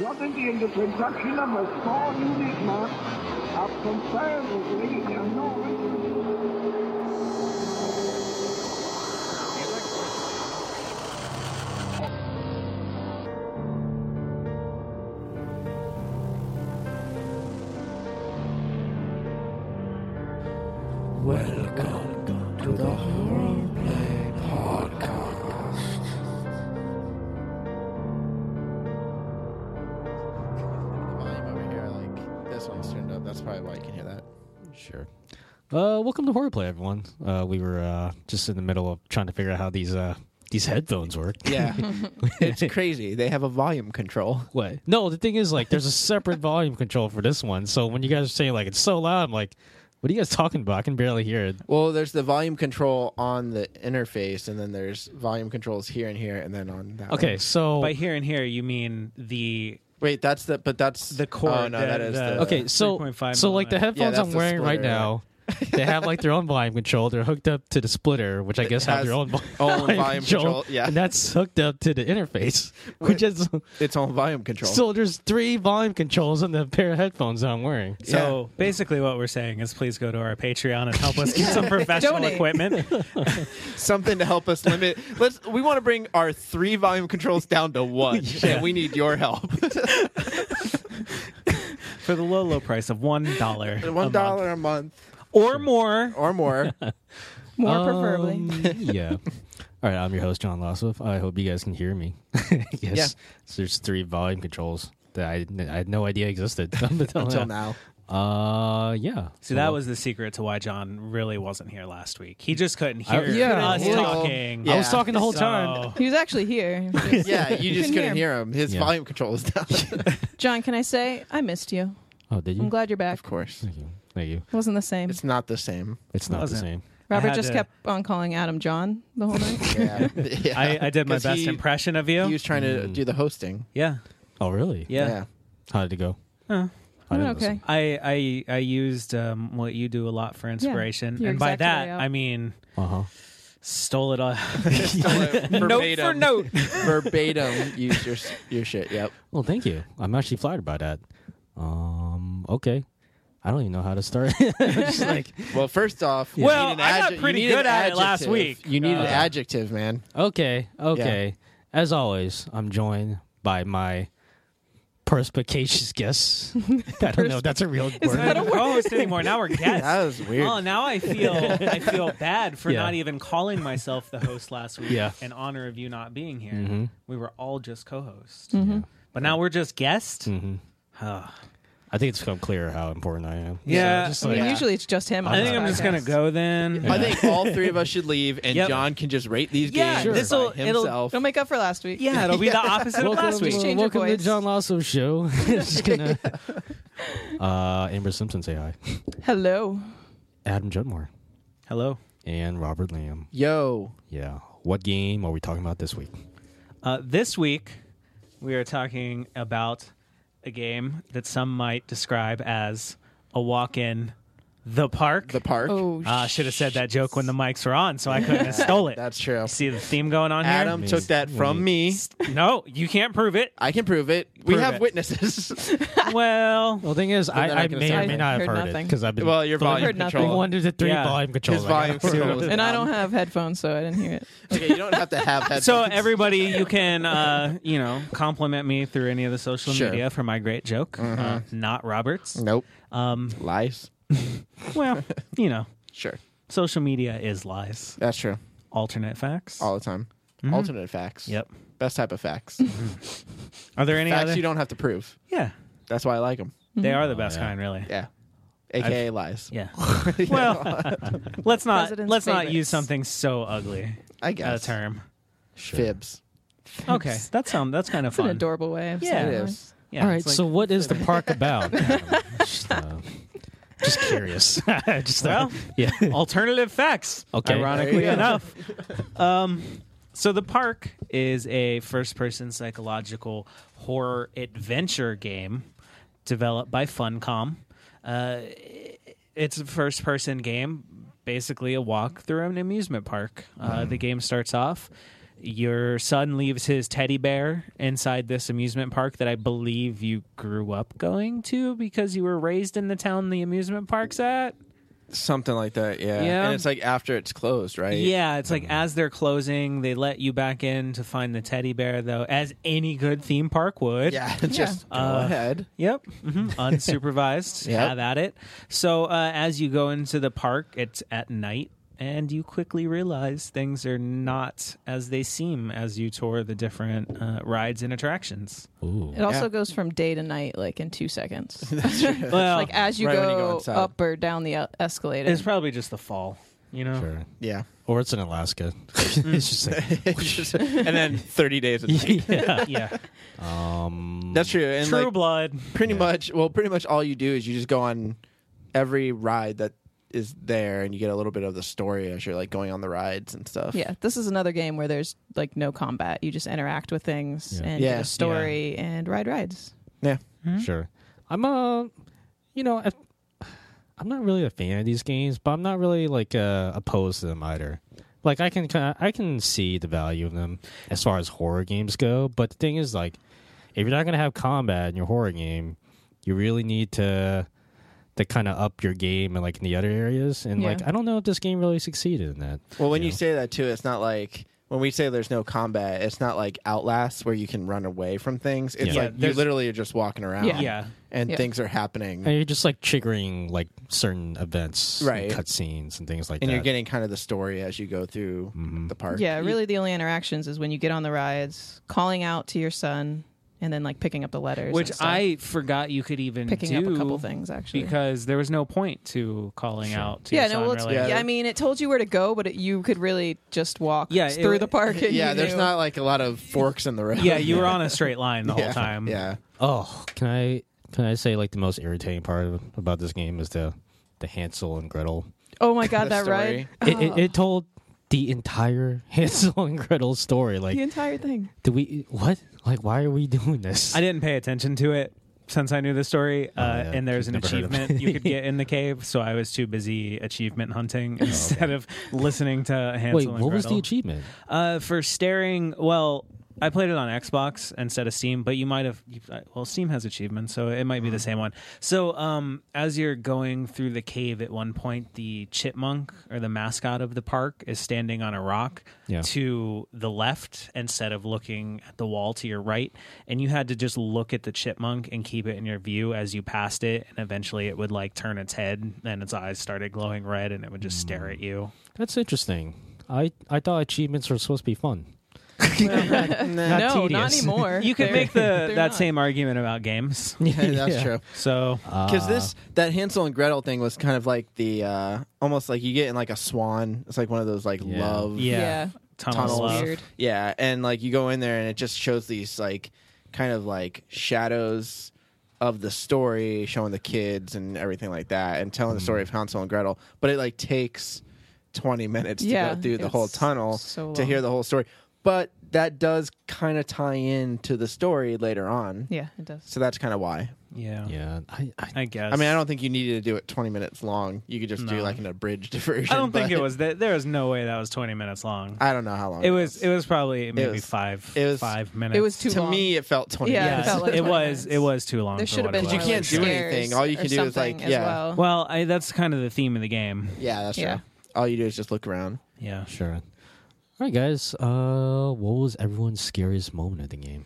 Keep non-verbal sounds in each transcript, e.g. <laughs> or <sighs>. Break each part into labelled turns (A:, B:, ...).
A: not at the end of transaction number, small unit mark, are comparable to anything I know.
B: Welcome to the Horror Play Podcast.
C: the volume over here, like this one's turned up. That's probably why you can hear that.
D: Sure. Uh, welcome to Horror Play, everyone. Uh, we were uh, just in the middle of trying to figure out how these uh, these headphones work. <laughs>
C: Yeah, it's crazy. They have a volume control.
D: What? No, the thing is, like, there's a separate volume control for this one. So when you guys are saying like it's so loud, I'm like, what are you guys talking about? I can barely hear it.
C: Well, there's the volume control on the interface, and then there's volume controls here and here, and then on that.
D: Okay,
C: one.
D: so
E: By here and here, you mean the
C: wait, that's the but that's
E: The cord,
C: Oh no,
E: the-
C: that is the,
E: the-
D: okay, so
E: 3.5
D: so like the
E: millimeter.
D: headphones
C: Yeah,
D: I'm
C: that's the
D: wearing right
C: splitter,
D: now, they have like their own volume control. They're hooked up to the splitter, which I guess have
C: has
D: their own, vo-
C: <laughs> own
D: <laughs>
C: volume control, yeah.
D: and that's hooked up to the interface, which is
C: its own volume control.
D: so there's three volume controls on the pair of headphones that I'm wearing.
E: so basically what we're saying is please go to our Patreon and help us get some professional
C: Donate.
E: equipment.
C: Something to help us
D: <laughs>
C: limit. Let's. We want to bring our three volume controls down to
D: <laughs>
C: one, and we need your help.
E: for the low, low price of one dollar,
C: one dollar a month
E: or more.
C: or
D: <laughs>
C: more.
F: More preferably.
D: Um, yeah. All right, I'm your host, John Lossoff. I hope you guys can hear me. <laughs> yes.
C: Yeah.
D: So there's three volume controls that I, didn't- I had no idea existed <laughs> until,
C: Until now,
D: Uh, yeah.
E: So that was the secret to why John really wasn't here last week. He just couldn't hear
D: I- yeah,
E: us
D: well,
E: talking.
D: I was
C: Yeah.
D: talking the whole time.
E: So-
F: He was actually here.
C: <laughs> yeah, you just
F: couldn't
C: couldn't
F: hear
C: hear him. His
D: Yeah.
C: volume control is down.
F: John, can I say I missed you?
D: Oh, did you?
F: I'm glad you're back.
C: of course,
D: Thank you. Thank you.
F: It wasn't the same.
C: it's not the same.
D: It's not the
E: Wasn't.
D: same.
F: Robert
E: had
F: just
E: to-
F: kept on calling Adam John the
C: <laughs>
F: whole night.
C: Yeah, yeah.
E: I, I did
C: <laughs>
E: my
C: 'Cause
E: best
C: he-
E: impression of you.
C: He was trying to do the hosting.
E: yeah,
D: Oh, really?
E: yeah. <laughs>
D: How did it go?
E: Huh.
D: I didn't
F: okay.
D: listen.
E: I, I I used um, what you do a lot for inspiration,
F: you're
E: and by
F: exactly
E: that
F: right.
E: I mean
D: Uh-huh.
E: stole it. All.
C: note
E: for <laughs> note.
C: verbatim. Use your s- your shit. Yep.
D: Well, thank you. I'm actually flattered by that. Um, okay. I don't even know how to start. <laughs> Just like,
C: Well, first off, you
E: Well,
C: need an
E: I got
C: adje-
E: pretty
C: you need an
E: good at it last
C: adjective.
E: week.
C: You need
E: Uh,
C: an adjective, man.
D: Okay, okay. As always, I'm joined by my perspicacious guests. I don't know if that's a real word.
E: We're not co-host anymore. Now we're guests.
C: That was weird.
E: Oh, now I feel I feel bad for
D: Yeah.
E: not even calling myself the host last week
D: Yeah.
E: in honor of you not being here.
D: Mhm.
E: We were all just co-hosts, but now we're just guests.
D: Mhm.
E: Huh.
D: I think it's become clear how important I am.
E: Yeah.
D: So just
F: I mean,
D: like-
F: usually it's just him. on
E: I think
F: this
E: I'm just
F: podcast.
E: gonna go then.
C: I think all three of us should leave, and
E: Yep.
C: John can just rate these
E: Yeah,
C: games
E: this'll-
C: by
E: it'll-
C: himself.
F: Don't make up for last week.
E: yeah, it'll be the opposite of
D: welcome,
E: last week.
F: Just change your
D: welcome to
F: voice.
D: John Lasso's show. <laughs> Just gonna- uh, Amber Simpson, say hi.
F: Hello.
D: Adam Judmore
E: Hello.
D: and Robert Lamb.
C: Yo,
D: Yeah. What game are we talking about this week?
E: Uh, this week, we are talking about a game that some might describe as a walk in the park.
C: the park.
F: Oh, sh-
E: uh, should have said that joke when the mics were on, so I couldn't have stole it.
C: That's true.
E: You see the theme going on
C: Adam
D: Means-
C: took that from me.
E: here? No, you can't prove it.
C: I can prove it. We
E: Prove
C: have
E: it.
C: witnesses. <laughs>
E: Well,
D: Well, the thing is,
C: then I
D: I, I
C: can
D: may
C: say
D: or
C: I
D: may not have
F: heard
D: heard it
F: nothing.
D: because I've been
C: well, your
D: the-
C: volume
F: heard nothing.
D: the
C: control.
D: <laughs> one to the three
E: Yeah.
D: volume control.
C: His
D: I got.
C: volume
D: <laughs>
C: control. was
F: and I
C: down.
F: don't have headphones, so I didn't hear it.
C: Okay, you don't have to
E: <laughs>
C: have headphones. <laughs>
E: so everybody, you can uh, you know compliment me through any of the social
C: Sure. Uh-huh.
E: media for my great joke. Uh, not Roberts.
C: nope
E: Um,
C: lies. <laughs>
E: well, you know,
C: Sure,
E: social media is lies,
C: that's true.
E: alternate facts.
C: All the time. Alternate facts.
E: Mm-hmm. Yep.
C: Best type of
E: <laughs>
C: facts.
E: Are there any
C: facts
E: other?
C: you don't have to prove.
E: yeah,
C: That's why I like them.
E: they are the best
D: yeah.
E: kind, really.
C: Yeah. AKA lies.
E: Yeah.
C: <laughs>
E: well, let's not
F: President's
E: let's not
F: favorites.
E: use something so ugly
C: I
E: a
C: guess.
E: term.
C: Fibs.
E: Okay, that sound that's kind of
F: It's an
E: fun.
F: adorable way of
E: Yeah.
F: saying
C: It
F: it.
C: is.
E: Yeah,
D: All right.
E: it's like-
D: so, what is the
E: <laughs>
D: park about? just, uh, just curious. <laughs> just, uh,
E: well, <laughs>
D: yeah.
E: alternative facts.
D: Okay.
E: Ironically
C: There you go.
E: enough. Um, so the park is a first-person psychological horror adventure game developed by Funcom. Uh, it's a first-person game, basically a walk through an amusement park. Uh, The game starts off. your son leaves his teddy bear inside this amusement park that I believe you grew up going to because you were raised in the town the amusement park's at.
C: Something like that, yeah.
E: Yeah.
C: And it's like after it's closed, right?
E: Yeah, it's like as they're closing, they let you back in to find the teddy bear, though, as any good theme park would.
C: Yeah. <laughs> Just go
E: Uh,
C: ahead.
E: Yep. hmm Unsupervised.
C: Yep.
E: Have at it. So uh, as you go into the park, it's at night, and you quickly realize things are not as they seem as you tour the different uh, rides and attractions.
D: Ooh.
F: It also
C: Yeah.
F: goes from day to night, like in two seconds.
E: Well,
F: like as you
C: Right when you go
F: go
C: inside.
F: up or down the uh, escalator.
E: it's probably just the fall. You know.
D: Sure.
C: Yeah. <laughs>
D: Or it's in Alaska. <laughs> it's just like,
C: Just- and <laughs> then 30 days. Of
D: yeah.
E: <laughs> yeah.
C: <laughs>
D: Um,
C: That's true. And
E: True
C: like,
E: Blood.
C: pretty much, well, pretty much all you do is you just go on every ride that is there and you get a little bit of the story as you're like going on the rides and stuff.
F: yeah, this is another game where there's like no combat. You just interact with things
D: Yeah.
F: and
C: Yeah.
F: get a story and ride rides.
C: Yeah.
D: Sure. Mm-hmm. I'm a, you know, I, <sighs> I'm not really a fan of these games, but I'm not really like uh, opposed to them either. Like I can, kinda- I can see the value of them as far as horror games go. But the thing is, like, if you're not gonna have combat in your horror game, you really need to to kind of up your game and like in the other areas. And
F: Yeah.
D: like, I don't know if this game really succeeded in that.
C: Well, when you
D: know?
C: say that too, it's not like when we say there's no combat, it's not like Outlast where you can run away from things. It's like
E: Yeah. Yeah,
C: you
E: there's-
C: literally are just walking around.
F: Yeah.
E: Yeah.
C: And
F: Yeah.
C: things are happening.
D: and you're just like triggering like certain events,
C: Right.
D: right? Cutscenes and things like
C: and
D: that.
C: you're getting kind of the story as you go through
E: Mm-hmm.
C: the park.
F: Yeah, really the only interactions is when you get on the rides, calling out to your son, and then like picking up the letters. and
E: Which
F: stuff.
E: I forgot you could even
F: picking
E: do
F: up a couple things actually.
E: because there was no point to calling out. To
F: yeah,
E: your
F: no,
E: son,
F: well, it's,
E: really.
F: yeah.
C: Yeah.
F: I mean, it told you where to go, but it, you could really just walk
E: Yeah, it-
F: through the park.
C: <laughs>
F: And
C: Yeah,
F: you
C: there's
F: knew.
C: not like a lot of forks in the road. <laughs>
E: Yeah, you were <laughs> on a straight line the
C: yeah.
E: whole time.
C: Yeah.
D: Oh, can I can I say like the most irritating part of, about this game is the the Hansel and Gretel.
F: Oh my
C: <laughs> The
F: god, that
C: story.
E: <laughs>
F: ride,
D: It, it,
F: Oh.
D: it told the entire <laughs> Hansel and Gretel story. Like,
F: the entire thing.
D: do we what? Like, why are we doing this?
E: I didn't pay attention to it since I knew the story, uh,
D: yeah.
E: and there's an
D: Never heard of
E: achievement you could <laughs> get in the cave. So I was too busy achievement hunting instead of listening to Hansel
D: Wait,
E: and
D: what was the
E: Gretel.
D: achievement?
E: Uh, for staring, well, I played it on Xbox instead of Steam, but you might have. You, uh, well, Steam has achievements, so it might be the same one. So, um, as you're going through the cave, at one point, the chipmunk or the mascot of the park is standing on a rock
D: Yeah.
E: to the left instead of looking at the wall to your right, and you had to just look at the chipmunk and keep it in your view as you passed it, and eventually it would like turn its head, and its eyes started glowing red, and it would just stare at you.
D: That's interesting. I I thought achievements were supposed to be
F: <laughs>
D: fun. Not
F: no, not
D: tedious.
F: anymore.
E: <laughs> You could
F: They're-
E: make the
F: <laughs> they're
E: that
F: not.
E: same argument about games.
C: Yeah, Uh, that's true.
E: So
C: Because this that Hansel and Gretel thing was kind of like the uh almost like you get in like a swan. It's like one of those like
D: Yeah.
C: love
E: yeah,
F: Yeah.
E: tunnel
C: Tunnels.
E: love.
F: Weird.
C: Yeah, and like you go in there and it just shows these like kind of like shadows of the story, showing the kids and everything like that, and telling the story
E: Mm.
C: of Hansel and Gretel. But it like takes twenty minutes to
F: Yeah,
C: go through the whole
F: it's
C: tunnel
F: so
C: to hear
F: long.
C: the whole story. But that does kind of tie in to the story later on.
F: Yeah, it does.
C: So that's kind of why.
E: Yeah.
D: Yeah, I, I
E: I guess.
C: I mean, I don't think you needed to do it 20 minutes long. You could just do
E: No.
C: like an abridged <laughs> version.
E: I don't think
C: but
E: it was that. There was no way that was twenty minutes long.
C: I don't know how long.
E: It was. It was probably maybe
C: was-
E: five.
C: it was-
E: five minutes.
F: It was too
C: to
F: long.
C: me, it felt 20
F: Yeah,
E: Yeah,
C: minutes.
F: it felt like
E: it
F: 20
E: was.
F: minutes.
E: It was too long.
F: There
E: for
F: should have
E: what it
F: been.
C: you
F: more,
E: was.
C: can't
F: like,
C: do anything.
F: scares
C: All you
F: or
C: can do is, like,
F: something as
C: yeah.
F: well.
E: Well, I, that's kind of the theme of the game.
C: Yeah, that's
F: Yeah.
C: true. All you do is just look around.
E: Yeah.
D: sure. All right, guys. Uh, what was everyone's scariest moment of the game?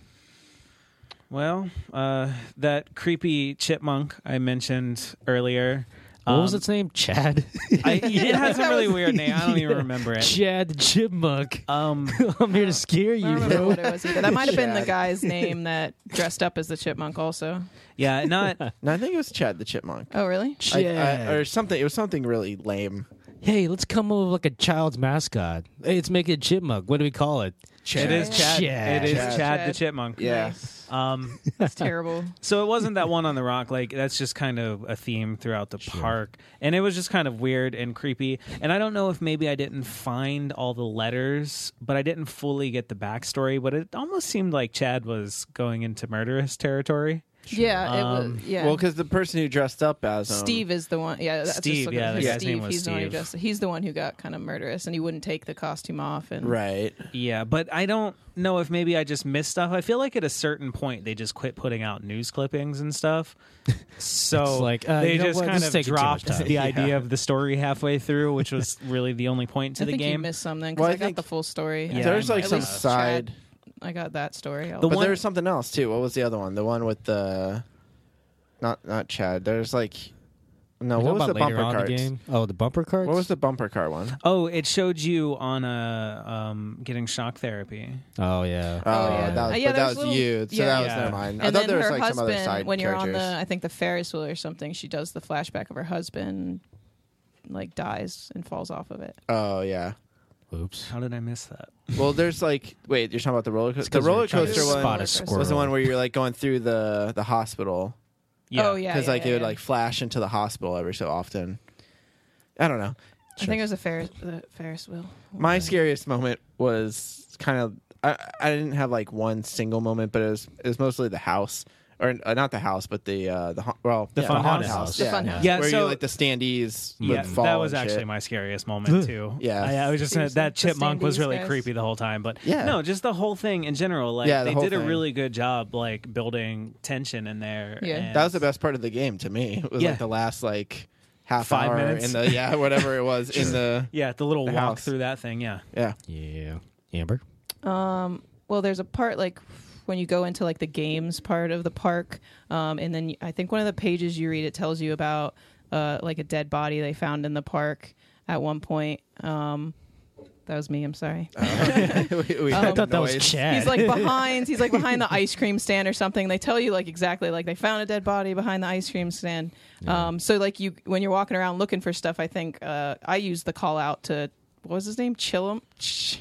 E: Well, uh, that creepy chipmunk I mentioned earlier.
D: What was
E: um,
D: its name?
E: <laughs>
D: Chad.
E: I, it has a really weird name. I don't even
D: Yeah.
E: remember it.
D: Chad the chipmunk.
E: Um,
D: <laughs> I'm here to scare you,
F: I don't remember
D: bro.
F: what it
C: <laughs>
F: was either. That might have been the
C: Chad.
F: guy's name that dressed up as the chipmunk. Also,
E: yeah, not
C: No, I think it was Chad the Chipmunk.
F: oh really?
C: I- I-
D: Chad.
C: or something. It was something really lame.
D: <laughs> hey, let's come up with like a child's mascot. Hey, let's make it a chipmunk. What do we call it?
C: Chad.
E: It is Chad.
D: Chad.
E: It is
C: Chad.
E: Chad, the
F: Chad.
E: Chipmunk.
C: Yeah.
E: Um, <laughs>
F: That's terrible.
E: so it wasn't that one on the rock. Like that's just kind of a theme throughout the park, and it was just kind of weird and creepy. And I don't know if maybe I didn't find all the letters, but I didn't fully get the backstory. But it almost seemed like Chad was going into murderous territory.
F: Yeah, it was-
E: Um,
F: yeah.
C: Well, because the person who dressed up as um,
F: Steve is the one. Yeah, that's
E: Steve,
F: Just
E: yeah, the
F: Steve.
E: guy's name was
F: he's the one who
E: Steve.
F: just. He's the one who got kind of murderous, and he wouldn't take the costume off. And
C: right?
E: Yeah, but I don't know if maybe I just missed stuff. I feel like at a certain point they just quit putting out news clippings and stuff.
D: <laughs>
E: So
D: It's like, uh,
E: they
D: you know
E: just
D: what?
E: kind
D: This is
E: of
D: taking too much
E: dropped
D: time.
E: the idea of the story halfway through,
D: <laughs>
E: which was really the only point to
F: I
E: the
F: think you
E: game.
F: missed something because
C: Well, I
F: I, got
C: think-
F: the full story.
E: Yeah,
C: There's
E: I
C: like
E: might
C: some
E: have.
C: side,
F: I got that story.
E: The
C: but
E: one-
C: there's something else too. What was the other one? The one with the not not Chad. There's like no.
D: You
C: What
D: know
C: was the
D: about
C: bumper
D: later on in
C: cards?
D: the game? Oh, the bumper cards.
C: What was the bumper car one?
E: Oh, it showed you on a um, getting shock therapy.
D: Oh yeah.
C: Oh,
F: yeah.
C: that
F: Uh,
C: was,
F: yeah,
C: but
F: there
C: that was
F: was little-
C: you. So
F: yeah.
C: that was
E: Yeah.
C: never mind. I
F: and
C: thought
F: then
C: there was
F: her
C: like some
F: husband,
C: other side
F: when you're
C: characters.
F: on the, I think the Ferris wheel or something, she does the flashback of her husband, like dies and falls off of it.
C: Oh yeah.
D: Oops.
E: How did I miss that?
C: Well, there's like wait, you're talking about the roller coaster. The
D: 'cause we were
C: roller
D: trying to
C: coaster
D: spot
C: one
D: a squirrel.
C: was the one where you're like going through the the hospital
F: Oh yeah,
C: because
F: yeah,
C: like
F: yeah,
C: it would
F: yeah.
C: like flash into the hospital every so often. I don't know.
F: I think it was a Ferris, the Ferris wheel.
C: My scariest moment was kind of I, I didn't have like one single moment, but it was it was mostly the house or uh, not the house, but the uh, the ha- well the
E: fun haunted
D: house.
F: The
C: yeah.
F: fun house.
E: Yeah,
C: where
E: so-
C: you like the standees
E: Yeah,
C: would fall.
E: that was
C: and
E: actually
C: shit.
E: my scariest moment too.
C: Yeah.
E: I, I was just
F: Seriously,
E: that
F: the
E: chipmunk was
F: standees,
E: really
F: guys.
E: creepy the whole time, but
C: Yeah.
E: no, just the whole thing in general. Like
C: Yeah, the
E: they
C: whole
E: did a
C: thing.
E: really good job, like building tension in there.
F: Yeah.
E: and-
C: That was the best part of the game to me. It was
E: Yeah.
C: like the last like half
E: Five
C: hour
E: minutes?
C: in the yeah whatever it was in the
E: Yeah, the little
C: The
E: walk
C: house.
E: through that thing. Yeah,
C: yeah
D: Yeah. Amber.
F: well there's a part like when you go into like the games part of the park um, and then i think one of the pages you read it tells you about uh, like a dead body they found in the park at one point um, that was me i'm sorry
C: <laughs> we,
F: Um,
C: we
D: I thought that was Chad.
F: he's like behind he's like behind the ice cream stand or something they tell you like exactly like they found a dead body behind the ice cream stand um, so like you when you're walking around looking for stuff i think uh, i used the call out to what was his name chillum Ch-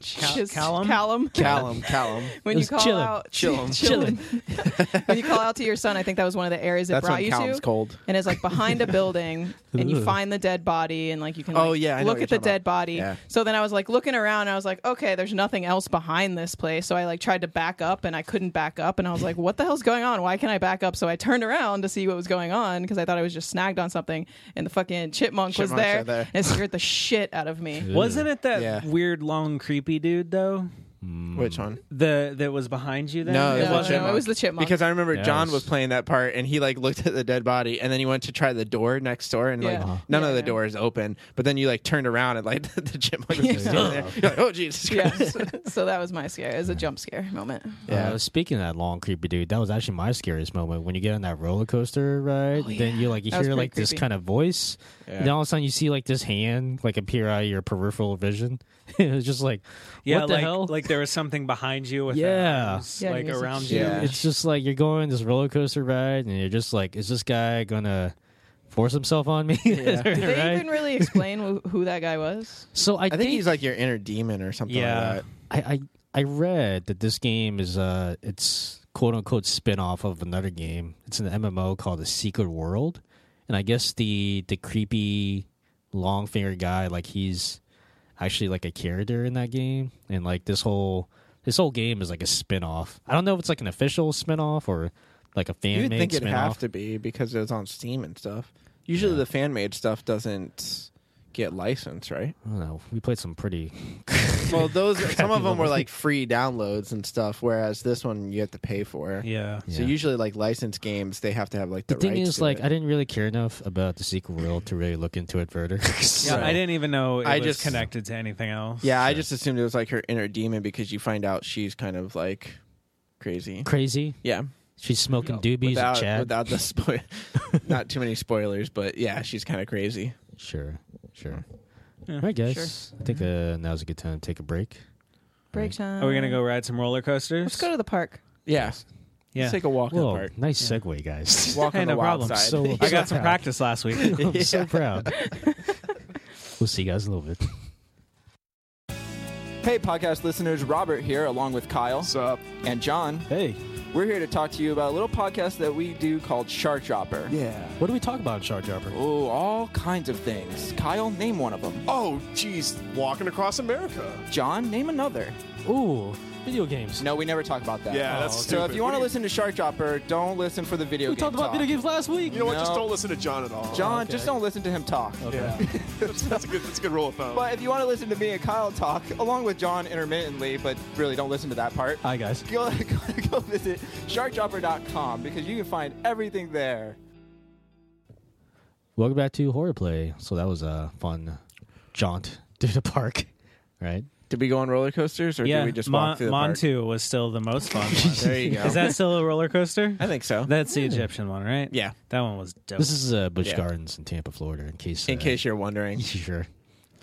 F: Chis-
E: Callum?
F: Callum
C: Callum Callum.
F: when
D: It
F: you
D: was
F: call
D: chillin'.
F: out <laughs>
C: Chillin'.
D: <laughs>
F: Chillin'. when you call out to your son, I think that was one of the areas it
C: That's
F: brought
C: when
F: you
C: Callum's
F: to.
C: cold.
F: And it's like behind a building, and you
D: Ugh.
F: find the dead body, and like you can
C: Oh,
F: like,
C: yeah, I know
F: look
C: what
F: at the
C: you're talking
F: dead
C: about.
F: body.
C: Yeah.
F: So then I was like looking around, and I was like, okay, there's nothing else behind this place. So I like tried to back up, and I couldn't back up, and I was like, what the hell's going on? Why can't I back up? So I turned around to see what was going on because I thought I was just snagged on something, and the fucking chipmunk was
C: Chipmunks
F: there,
C: are there.
F: and it scared the shit out of me.
C: <laughs>
E: wasn't it that
C: Yeah.
E: weird, long, creepy dude though?
C: Which one?
E: The that was behind you. Then
C: Mm. No,
E: it
C: it was
F: No,
E: wasn't.
F: no, it was the chipmunk.
C: Because I remember
D: Yeah,
C: John
D: it's-
C: was playing that part, and he like looked at the dead body, and then he went to try the door next door, and like
F: Yeah. Uh-huh.
C: none of the
F: Yeah.
C: doors open. But then you like turned around, and like <laughs> the chipmunk was just standing
F: <laughs>
C: there. You're like, oh Jesus
F: yeah.
C: Christ!
F: <laughs> so that was my scare. It was a jump scare moment.
C: Yeah.
D: Uh, speaking of that long creepy dude, that was actually my scariest moment when you get on that roller coaster ride.
F: Oh,
D: Then
F: yeah.
D: you like you
F: That was
D: hear
F: pretty
D: like this
F: creepy.
D: kind of voice.
C: Yeah.
D: And then all of a sudden you see like this hand like appear out of your peripheral vision. <laughs> it was just like
E: Yeah,
D: what the
E: like
D: hell?
E: like there was something behind you with
D: Yeah.
E: their arms,
F: Yeah,
E: like
F: it was a
E: around
F: huge-
E: you.
C: Yeah.
D: it's just like you're going this roller coaster ride and you're just like, is this guy gonna force himself on me? <laughs>
F: Did they
D: Right?
F: even really explain who, who that guy was?
D: So I,
C: I think he's like your inner demon or something
E: Yeah.
C: like
D: I, I I read that this game is uh it's quote unquote spin off of another game. It's an MMO called The Secret World. And I guess the the creepy long finger guy, like he's actually like a character in that game. And like this whole this whole game is like a spin off. I don't know if it's like an official spin off or like a
C: that. You
D: fan
C: would
D: made
C: think it'd
D: spin
C: have
D: off.
C: to be because it was on Steam and stuff. Usually the fan made stuff doesn't get licensed, right?
D: I don't know. We played some pretty
C: Well,
F: <laughs>
C: those some of them were like free downloads and stuff, whereas this one you have to pay for.
E: Yeah.
C: So
D: Yeah.
C: usually, like licensed games, they have to have like <laughs> the,
D: the thing
C: rights
D: is
C: to
D: like
C: it.
D: I didn't really care enough about the sequel world to really look into it further. <laughs>
E: Yeah,
D: So-
E: I didn't even know it
C: I
E: was
C: just-
E: connected to anything else.
C: yeah, I just assumed it was like her inner demon because you find out she's kind of like crazy.
D: crazy.
C: Yeah,
D: She's smoking doobies
C: without
D: and Chad.
C: without the spoil,
D: <laughs>
C: not too many spoilers, but yeah, she's kind of crazy.
D: Sure, sure. All right, guys. I think uh, now's a good time to take a break.
F: <laughs> Break time.
E: Are we gonna go ride some roller coasters?
F: Let's go to the park.
C: Yeah,
E: Yeah.
C: let's take a walk in the
D: Whoa, <laughs>
C: park.
D: nice
C: <laughs>
D: segue, guys. <laughs>
C: Walk
E: Hey,
C: on
E: no
C: the wild
E: problem.
C: side. <laughs>
D: So-
E: I got some practice last week.
D: I'm so proud. we'll see you guys in a little bit.
G: Hey, podcast listeners, Robert here, along with Kyle.
H: uh,
G: Sup? And John.
H: Hey,
G: We're here to talk to you about a little podcast that we do called Shark Dropper.
H: yeah.
D: What do we talk about in Shark Dropper?
G: Oh, all kinds of things. Kyle, name one of them.
H: Oh, geez, walking across America.
G: John, name another.
D: Ooh, video games.
G: No, we never talk about that.
H: Yeah, that's
G: Oh, So if
H: stupid.
G: you want
H: What
G: to
H: do you-
G: listen to Shark Dropper, don't listen for the video
D: we
G: game
D: talked about
G: talk.
D: video games last week.
H: You know what? Just
G: No.
H: don't listen to John at all.
G: John,
D: okay.
G: just don't listen to him talk.
H: Yeah. that's, that's a good. That's a good rule of thumb.
G: But if you want to listen to me and Kyle talk, along with John intermittently, but really don't listen to that part,
D: Hi guys.
G: go, <laughs> go, go visit sharkdropper.com because you can find everything there.
D: Welcome back to Horror Play. So that was a fun jaunt <laughs> through the park, right?
C: Did we go on roller coasters or
E: yeah,
C: did we just
E: Mon-
C: walk through the park?
E: Montu was still the
C: <laughs>
E: most fun. one. <laughs>
C: There you go.
E: Is that still a roller coaster?
C: I think so.
E: That's the Egyptian one, right?
C: yeah.
E: That one was dope.
D: This is uh, Bush
C: Yeah.
D: Gardens in Tampa, Florida. In case,
C: In
D: uh, <laughs>
C: case you're
E: <laughs>
C: wondering,
D: sure,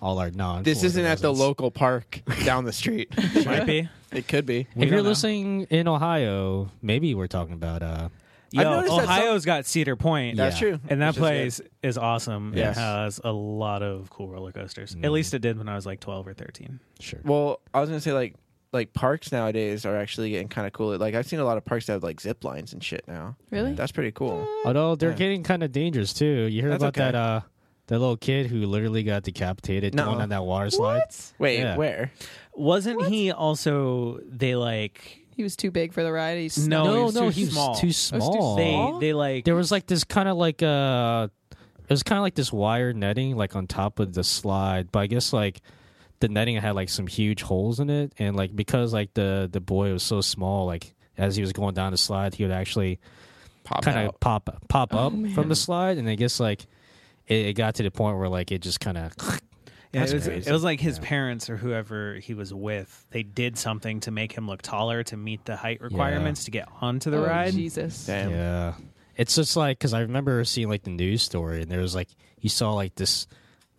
D: all our non.
C: this isn't at the local park down the street.
E: <laughs> might be.
C: It could be.
E: We
D: If you're
E: don't know.
D: listening in Ohio, maybe we're talking about uh,
E: Yo,
C: noticed that some-
E: Ohio's got Cedar Point.
D: That's
C: true.
E: And that
C: Which is good.
E: place is awesome. Yeah, It
C: Yes. Mm.
E: has a lot of cool roller coasters. At least it did when I was like 12 or 13.
D: sure.
C: Well, I was gonna say like like parks nowadays are actually getting kind of cool. Like I've seen a lot of parks that have like zip lines and shit now.
F: Really?
C: That's pretty cool.
D: Although they're getting kind of dangerous too. You heard
C: That's
D: about
C: okay.
D: that uh, that little kid who literally got decapitated
C: No.
D: going on that water slide.
C: Wait,
D: Yeah.
C: where?
E: Wasn't he also, they like,
F: He was too big for the ride. He snuck-
E: No, he
D: No,
E: was
D: no,
E: too
D: he was
E: small.
D: too
F: too
D: small.
E: they,
F: Aw.
E: they like,
D: there was like this kind of like uh it was kind of like this wire netting like on top of the slide but i guess like the netting had like some huge holes in it and like because like the the boy was so small like as he was going down the slide he would actually
C: Pop
D: kind
C: out.
D: of pop pop up from the slide and i guess like it, it got to the point where like it just kind of
E: Yeah,
D: That's
E: it, was,
D: crazy.
E: it was like his parents or whoever he was with, they did something to make him look taller to meet the height requirements to get onto the
F: Oh,
E: ride.
F: Jesus.
C: Damn.
D: yeah it's just like because i remember seeing like the news story and there was like you saw like this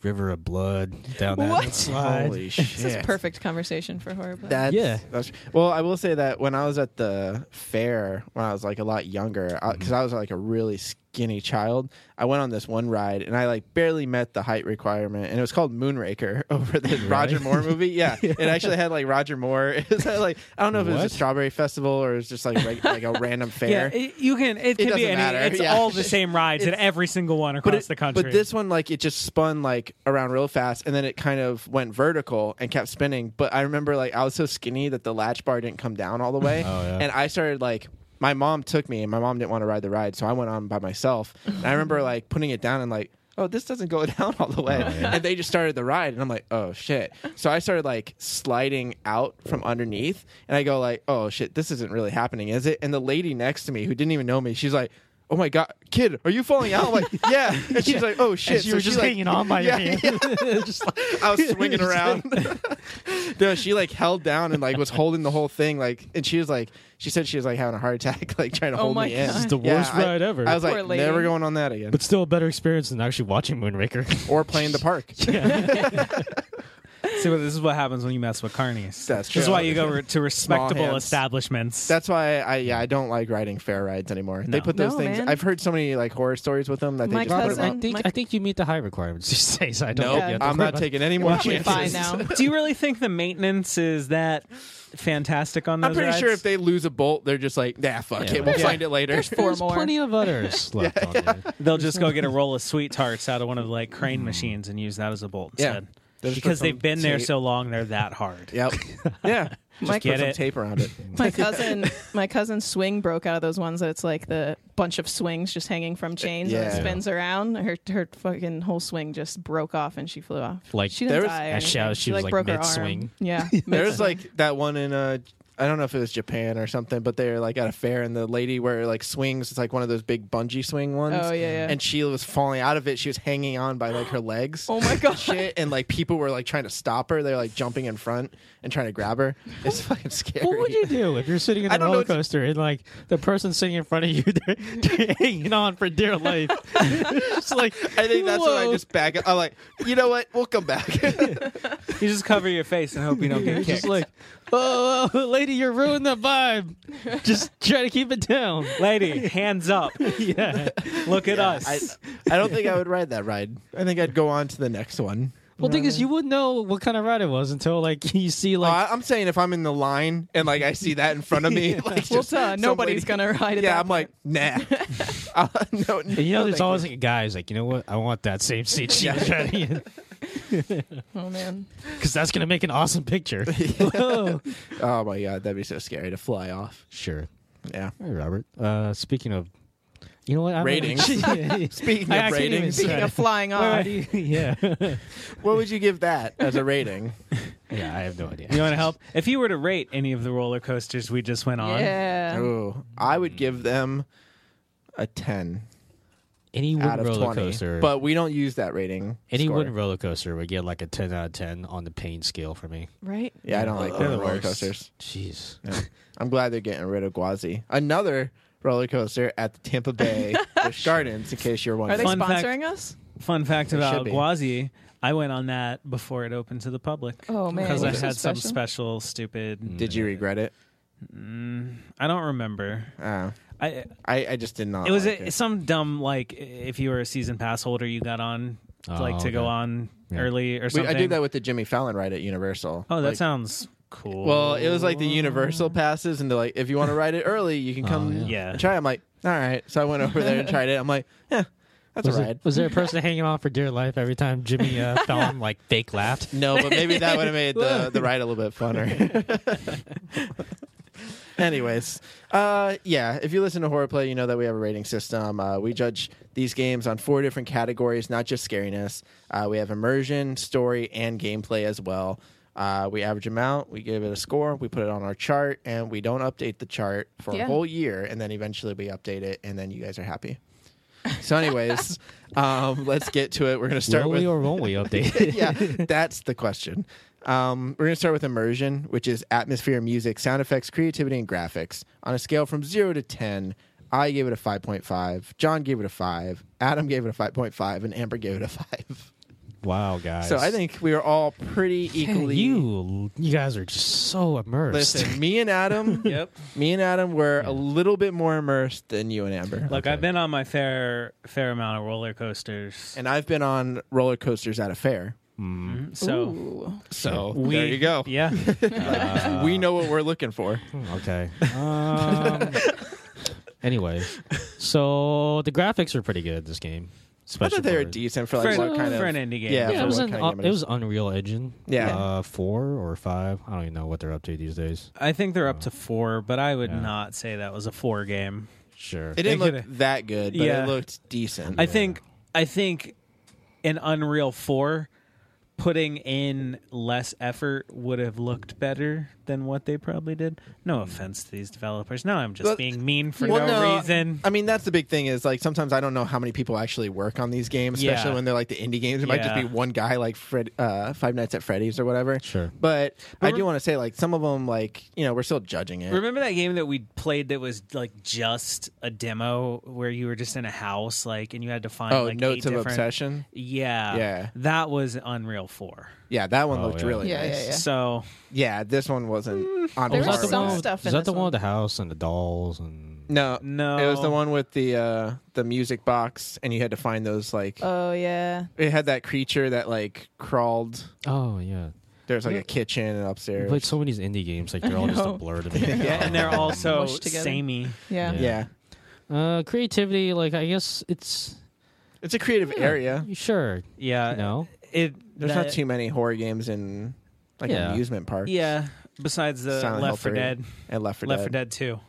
D: river of blood down that
F: What?
D: slide
C: Holy shit!
F: <laughs> This is perfect conversation for horror. Play.
C: That's,
D: Yeah.
C: That's, well, I will say that when I was at the fair when I was like a lot younger, because I was like a really skinny child, I went on this one ride and I like barely met the height requirement, and it was called Moonraker <laughs> over the Roger Moore movie. Yeah, it actually had like Roger Moore. <laughs> It had, like I don't know if it was a
D: What?
C: strawberry festival or it was just like reg- like a random
E: Yeah,
C: fair.
E: it- you can. It, can
C: doesn't
E: be any.
C: matter,
E: It's
C: yeah.
E: all the same rides at every single one across
C: but it-
E: the country.
C: But this one, like, it just spun like around real fast, and then it kind of went vertical and kept spinning. But I remember, like, I was so skinny that the latch bar didn't come down all the way,
D: Oh, yeah.
C: and I started like. My mom took me, and my mom didn't want to ride the ride, so I went on by myself. And I remember like putting it down and like, oh, this doesn't go <laughs> down all the way.
D: Oh,
C: And they just started the ride, and I'm like, oh shit. So I started like sliding out from underneath, and I go like, oh shit, this isn't really happening, is it? And the lady next to me, who didn't even know me, she's like, oh my god, kid, are you falling out? I'm like, <laughs> yeah. And she's like, oh shit.
D: And you were just
C: like-
D: hanging on by
C: yeah,
D: your hand.
C: yeah.
D: <laughs> Just like-
C: I was <laughs> swinging around. no, she like held down and like was holding the whole thing like, and she was like, she said she was like having a heart attack, <laughs> like trying to
F: Oh
C: hold
F: my
C: me in.
F: God. This is
D: the
C: Yeah,
D: worst
C: I-
D: ride ever.
C: I was
F: Poor
C: like,
F: lady.
C: never going on that again,
D: but still a better experience than actually watching <laughs> Moonraker.
C: or playing the park.
E: See, but this is what happens when you mess with carnies.
C: That's
E: This is
C: true.
E: why you go re- to respectable
C: hands.
E: establishments.
C: That's why I yeah I don't like riding fair rides anymore. They
E: No.
C: put those
F: No,
C: things.
F: man.
C: I've heard so many like horror stories with them that
F: My
C: they just put
F: cousin- <laughs>
C: them
D: I
C: up.
F: Mike-
D: think I think you meet the high requirements these days. I don't.
C: No,
D: think you have to
C: I'm
D: worry
C: not
D: about-
C: taking any more
F: Probably fine
C: chances.
F: now.
E: Do you really think the maintenance is that fantastic on those
C: <laughs> I'm pretty
E: rides?
C: sure if they lose a bolt, they're just like, nah, fuck
D: Yeah.
C: it, we'll
E: Yeah.
C: find it later.
F: <laughs> Four
D: There's
F: more.
D: plenty of
C: <laughs>
D: others left on there.
E: They'll just go get a roll of sweet tarts out of one of the like crane
D: Hmm.
E: machines and use that as a bolt
C: Yeah.
E: instead.
C: They'll just
E: Because
C: put some
E: they've been there
C: tape-
E: so long, they're that hard.
C: <laughs> Yep. yeah. Just put
F: Mike-
E: Get
C: some
E: it.
C: tape around it.
F: My cousin, my cousin's swing broke out of those ones that it's like the bunch of swings just hanging from chains and
C: Uh, Yeah.
F: it spins around. Her her fucking whole swing just broke off and she flew off.
D: Like,
F: she didn't
C: there was-
F: die. or
D: and she-
F: anything.
D: she was, like,
F: broke her arm.
D: mid-swing.
C: <laughs>
F: Yeah,
C: There's
F: mid-swing.
C: like that one in uh I don't know if it was Japan or something, but they're like at a fair and the lady where it, like swings, it's like one of those big bungee swing ones.
F: Oh, yeah, yeah.
C: And she was falling out of it. She was hanging on by like her legs.
F: <gasps> oh my
C: <laughs>
F: god.
C: Shit, and like people were like trying to stop her. They're like jumping in front and trying to grab her. It's fucking scary.
D: What would you do if you're sitting in
C: I
D: a
C: don't know
D: roller
C: what to-
D: coaster and like the person sitting in front of you, <laughs> they're, they're hanging on for
C: <laughs>
D: dear life? It's like
C: I think that's when I
D: whoa.
C: just back up. I'm like, you know what? We'll come back. <laughs>
E: You just cover your face and hope you don't
F: <laughs>
D: You're
E: get
D: just
E: kicked.
D: like, oh, oh, lady, you're ruining the vibe.
C: <laughs>
D: Just try to keep it down.
E: Lady, hands up.
D: <laughs> Yeah.
E: Look at us.
C: I, I don't think I would ride that ride. I think I'd go on to the next one.
D: Well, thing is, you wouldn't know what kind of ride it was until like <laughs> you see like
C: Uh, I'm saying if I'm in the line and like I see that in front of me,
F: <laughs>
C: like
F: Well,
C: just
F: duh,
C: some
F: nobody's
C: lady-
F: gonna ride it.
C: Yeah, I'm like, nah. <laughs> Uh, no,
E: <laughs>
D: And you
C: no,
D: know, there's
C: thank <laughs>
D: <laughs> always like a guy who's like, you know what? I want that same seat she was riding in.
F: Oh man.
D: because that's gonna make an
C: <laughs>
D: awesome picture. <laughs>
C: Oh my god, that'd be so scary to fly off.
D: sure.
C: Yeah.
D: Hey, Robert. Uh, speaking of, you know what? I'm
C: Ratings. Speaking
D: I
C: of
D: can't even
C: ratings,
D: say-
F: Speaking of flying
D: Wait,
F: off,
D: wait, <laughs> yeah.
C: <laughs>
D: <laughs>
C: what would you give that as a rating?
D: yeah, I have no idea.
E: You want to help? If you were to rate any of the roller coasters we just went on,
D: Um,
E: Oh.
F: yeah.
C: Ooh, I
D: hmm.
C: would give them a ten
D: any
C: out
D: wooden
C: of
D: roller
C: twenty.
D: coaster,
C: But we don't use that rating.
D: any
C: score.
D: wooden roller coaster would get like a ten out of ten on the pain scale for me.
F: Right.
C: Yeah, I don't like
E: They're
C: wooden
E: the
C: roller
E: worst.
D: <laughs>
C: coasters.
D: Jeez.
C: I'm glad they're getting rid of Guazi. Another roller coaster at the Tampa Bay
D: <laughs>
C: Busch Gardens, in case you're
F: Are
C: wondering.
F: they
E: Fun fact-
F: sponsoring us?
E: fun fact
C: It should
E: about
C: be.
E: Guazi, I went on that before it opened to the public.
F: Oh, man.
E: Because I
F: You're so
E: had some special
F: special.
D: Mm,
E: stupid.
C: Did you regret it?
E: I don't remember.
C: Uh,
E: I
C: I, I just did not.
E: it was
C: like
E: a, some dumb like if you were a season pass holder, you got on
D: Oh,
E: like to go
D: okay.
E: on
D: Yeah.
E: early or
C: We-
E: something.
C: I did that with the Jimmy Fallon ride at Universal.
E: oh, that
C: Like,
E: sounds cool. Oh.
C: Well, it was like the universal passes, and they're like, if you want to ride it early, you can come
D: yeah.
E: Yeah.
C: and try. it. I'm like, all right. So I went over there and tried it. I'm like, yeah, that's
D: Was,
C: a
D: it-
C: ride. <laughs>
D: was there a person hanging on for dear life every time Jimmy uh, Fallon like fake laughed?
C: No, but maybe that would have made
D: <laughs>
C: the, the ride a little bit funner. <laughs> Anyways, uh, yeah, if you listen to Horror Play, you know that we have a rating system. Uh, we judge these games on four different categories, not just scariness. Uh, we have immersion, story, and gameplay as well. Uh, we average them out, we give it a score, we put it on our chart, and we don't update the chart for a
F: Yeah.
C: whole year, and then eventually we update it, and then you guys are happy. So, anyways, um, let's get to it. We're going to start
D: Will
C: with
D: we or won't we
C: <laughs>
D: update? <laughs>
C: yeah, that's the question. Um, we're going to start with immersion, which is atmosphere, music, sound effects, creativity, and graphics. On a scale from 0 to 10, I gave it a 5.5, John gave it a 5, Adam gave it a 5.5, and Amber gave it a 5.
D: wow, guys.
C: So I think we are all pretty
D: Man,
C: equally.
D: you you guys are just so immersed.
C: Listen, me and
D: <laughs>
C: Adam,
E: yep.
C: me and Adam were a little bit more immersed than you and Amber.
E: Look, I've been on my fair fair amount of roller coasters,
C: and I've been on roller coasters at a fair.
D: Mm,
E: Mm-hmm. so
F: Ooh.
C: Mm-hmm. So
E: we
C: there you go.
E: <laughs> Yeah,
C: we know what we're looking
D: <laughs>
C: for.
D: Uh,
C: <laughs>
D: Okay. Um, anyway, so the graphics are pretty good. This game,
C: I
D: especially
C: thought they were
D: for-
C: decent for like
E: For-
C: what kind of
E: for an indie game.
C: Yeah,
E: Yeah,
D: Yeah,
C: for
D: it was,
C: what
D: an,
C: kind of game
D: it was Unreal Engine.
C: Yeah.
D: uh, four or five. I don't even know what they're up to these days.
E: I think they're up to four, but I would
D: Yeah.
E: not say that was a four game.
D: Sure.
C: It didn't
E: They
C: look
E: coulda-
C: that good, but
E: Yeah.
C: it looked decent.
E: I think I think an Unreal Four putting in less effort would have looked better than what they probably did. No offense to these developers. No, I'm just
C: Well,
E: being mean for
C: well,
E: no,
C: no,
E: reason.
C: I mean, that's the big thing is like sometimes I don't know how many people actually work on these games, especially
E: Yeah.
C: when they're like the indie games. It might just
E: Yeah.
C: be one guy like Fred, uh, Five Nights at Freddy's or whatever.
D: Sure.
C: But I do want to say like some of them like you know we're still judging it.
E: Remember that game that we played that was like just a demo where you were just in a house, like, and you had to find
C: oh,
E: like
C: Notes
E: eight
C: of
E: different-
C: Obsession.
E: Yeah,
C: Yeah.
E: that was Unreal Four.
C: Yeah, that one
D: Oh,
C: looked
D: yeah.
C: really
F: Yeah,
C: nice.
F: yeah,
C: Yeah,
F: yeah. Mm.
E: So
C: this one wasn't on
F: There
C: par
F: was
C: with
F: some
C: that.
F: stuff
D: Is
F: in
D: that
F: this
D: the one
F: one.
D: with the house and the dolls and?
C: No,
E: No.
C: it was the one with the uh the music box, and you had to find those like
F: Oh yeah.
C: it had that creature that like crawled.
D: Oh yeah,
C: There's like a kitchen and upstairs.
D: like so many of these indie games, like they're all just a
F: know.
D: blur to me.
C: <laughs> Yeah,
E: and they're also
F: Mushed together.
E: samey.
F: Yeah.
D: Yeah.
C: yeah.
D: uh, creativity. Like I guess it's
C: It's a creative area.
D: sure.
E: Yeah,
D: You know,
E: it.
C: There's
E: that-
C: not too many horror games in like
D: Yeah.
C: amusement parks.
E: Yeah, besides the
C: Silent Hill
E: Left for
C: 3
E: Dead,
C: and Left 4
E: Left for
C: Dead.
E: Dead Two.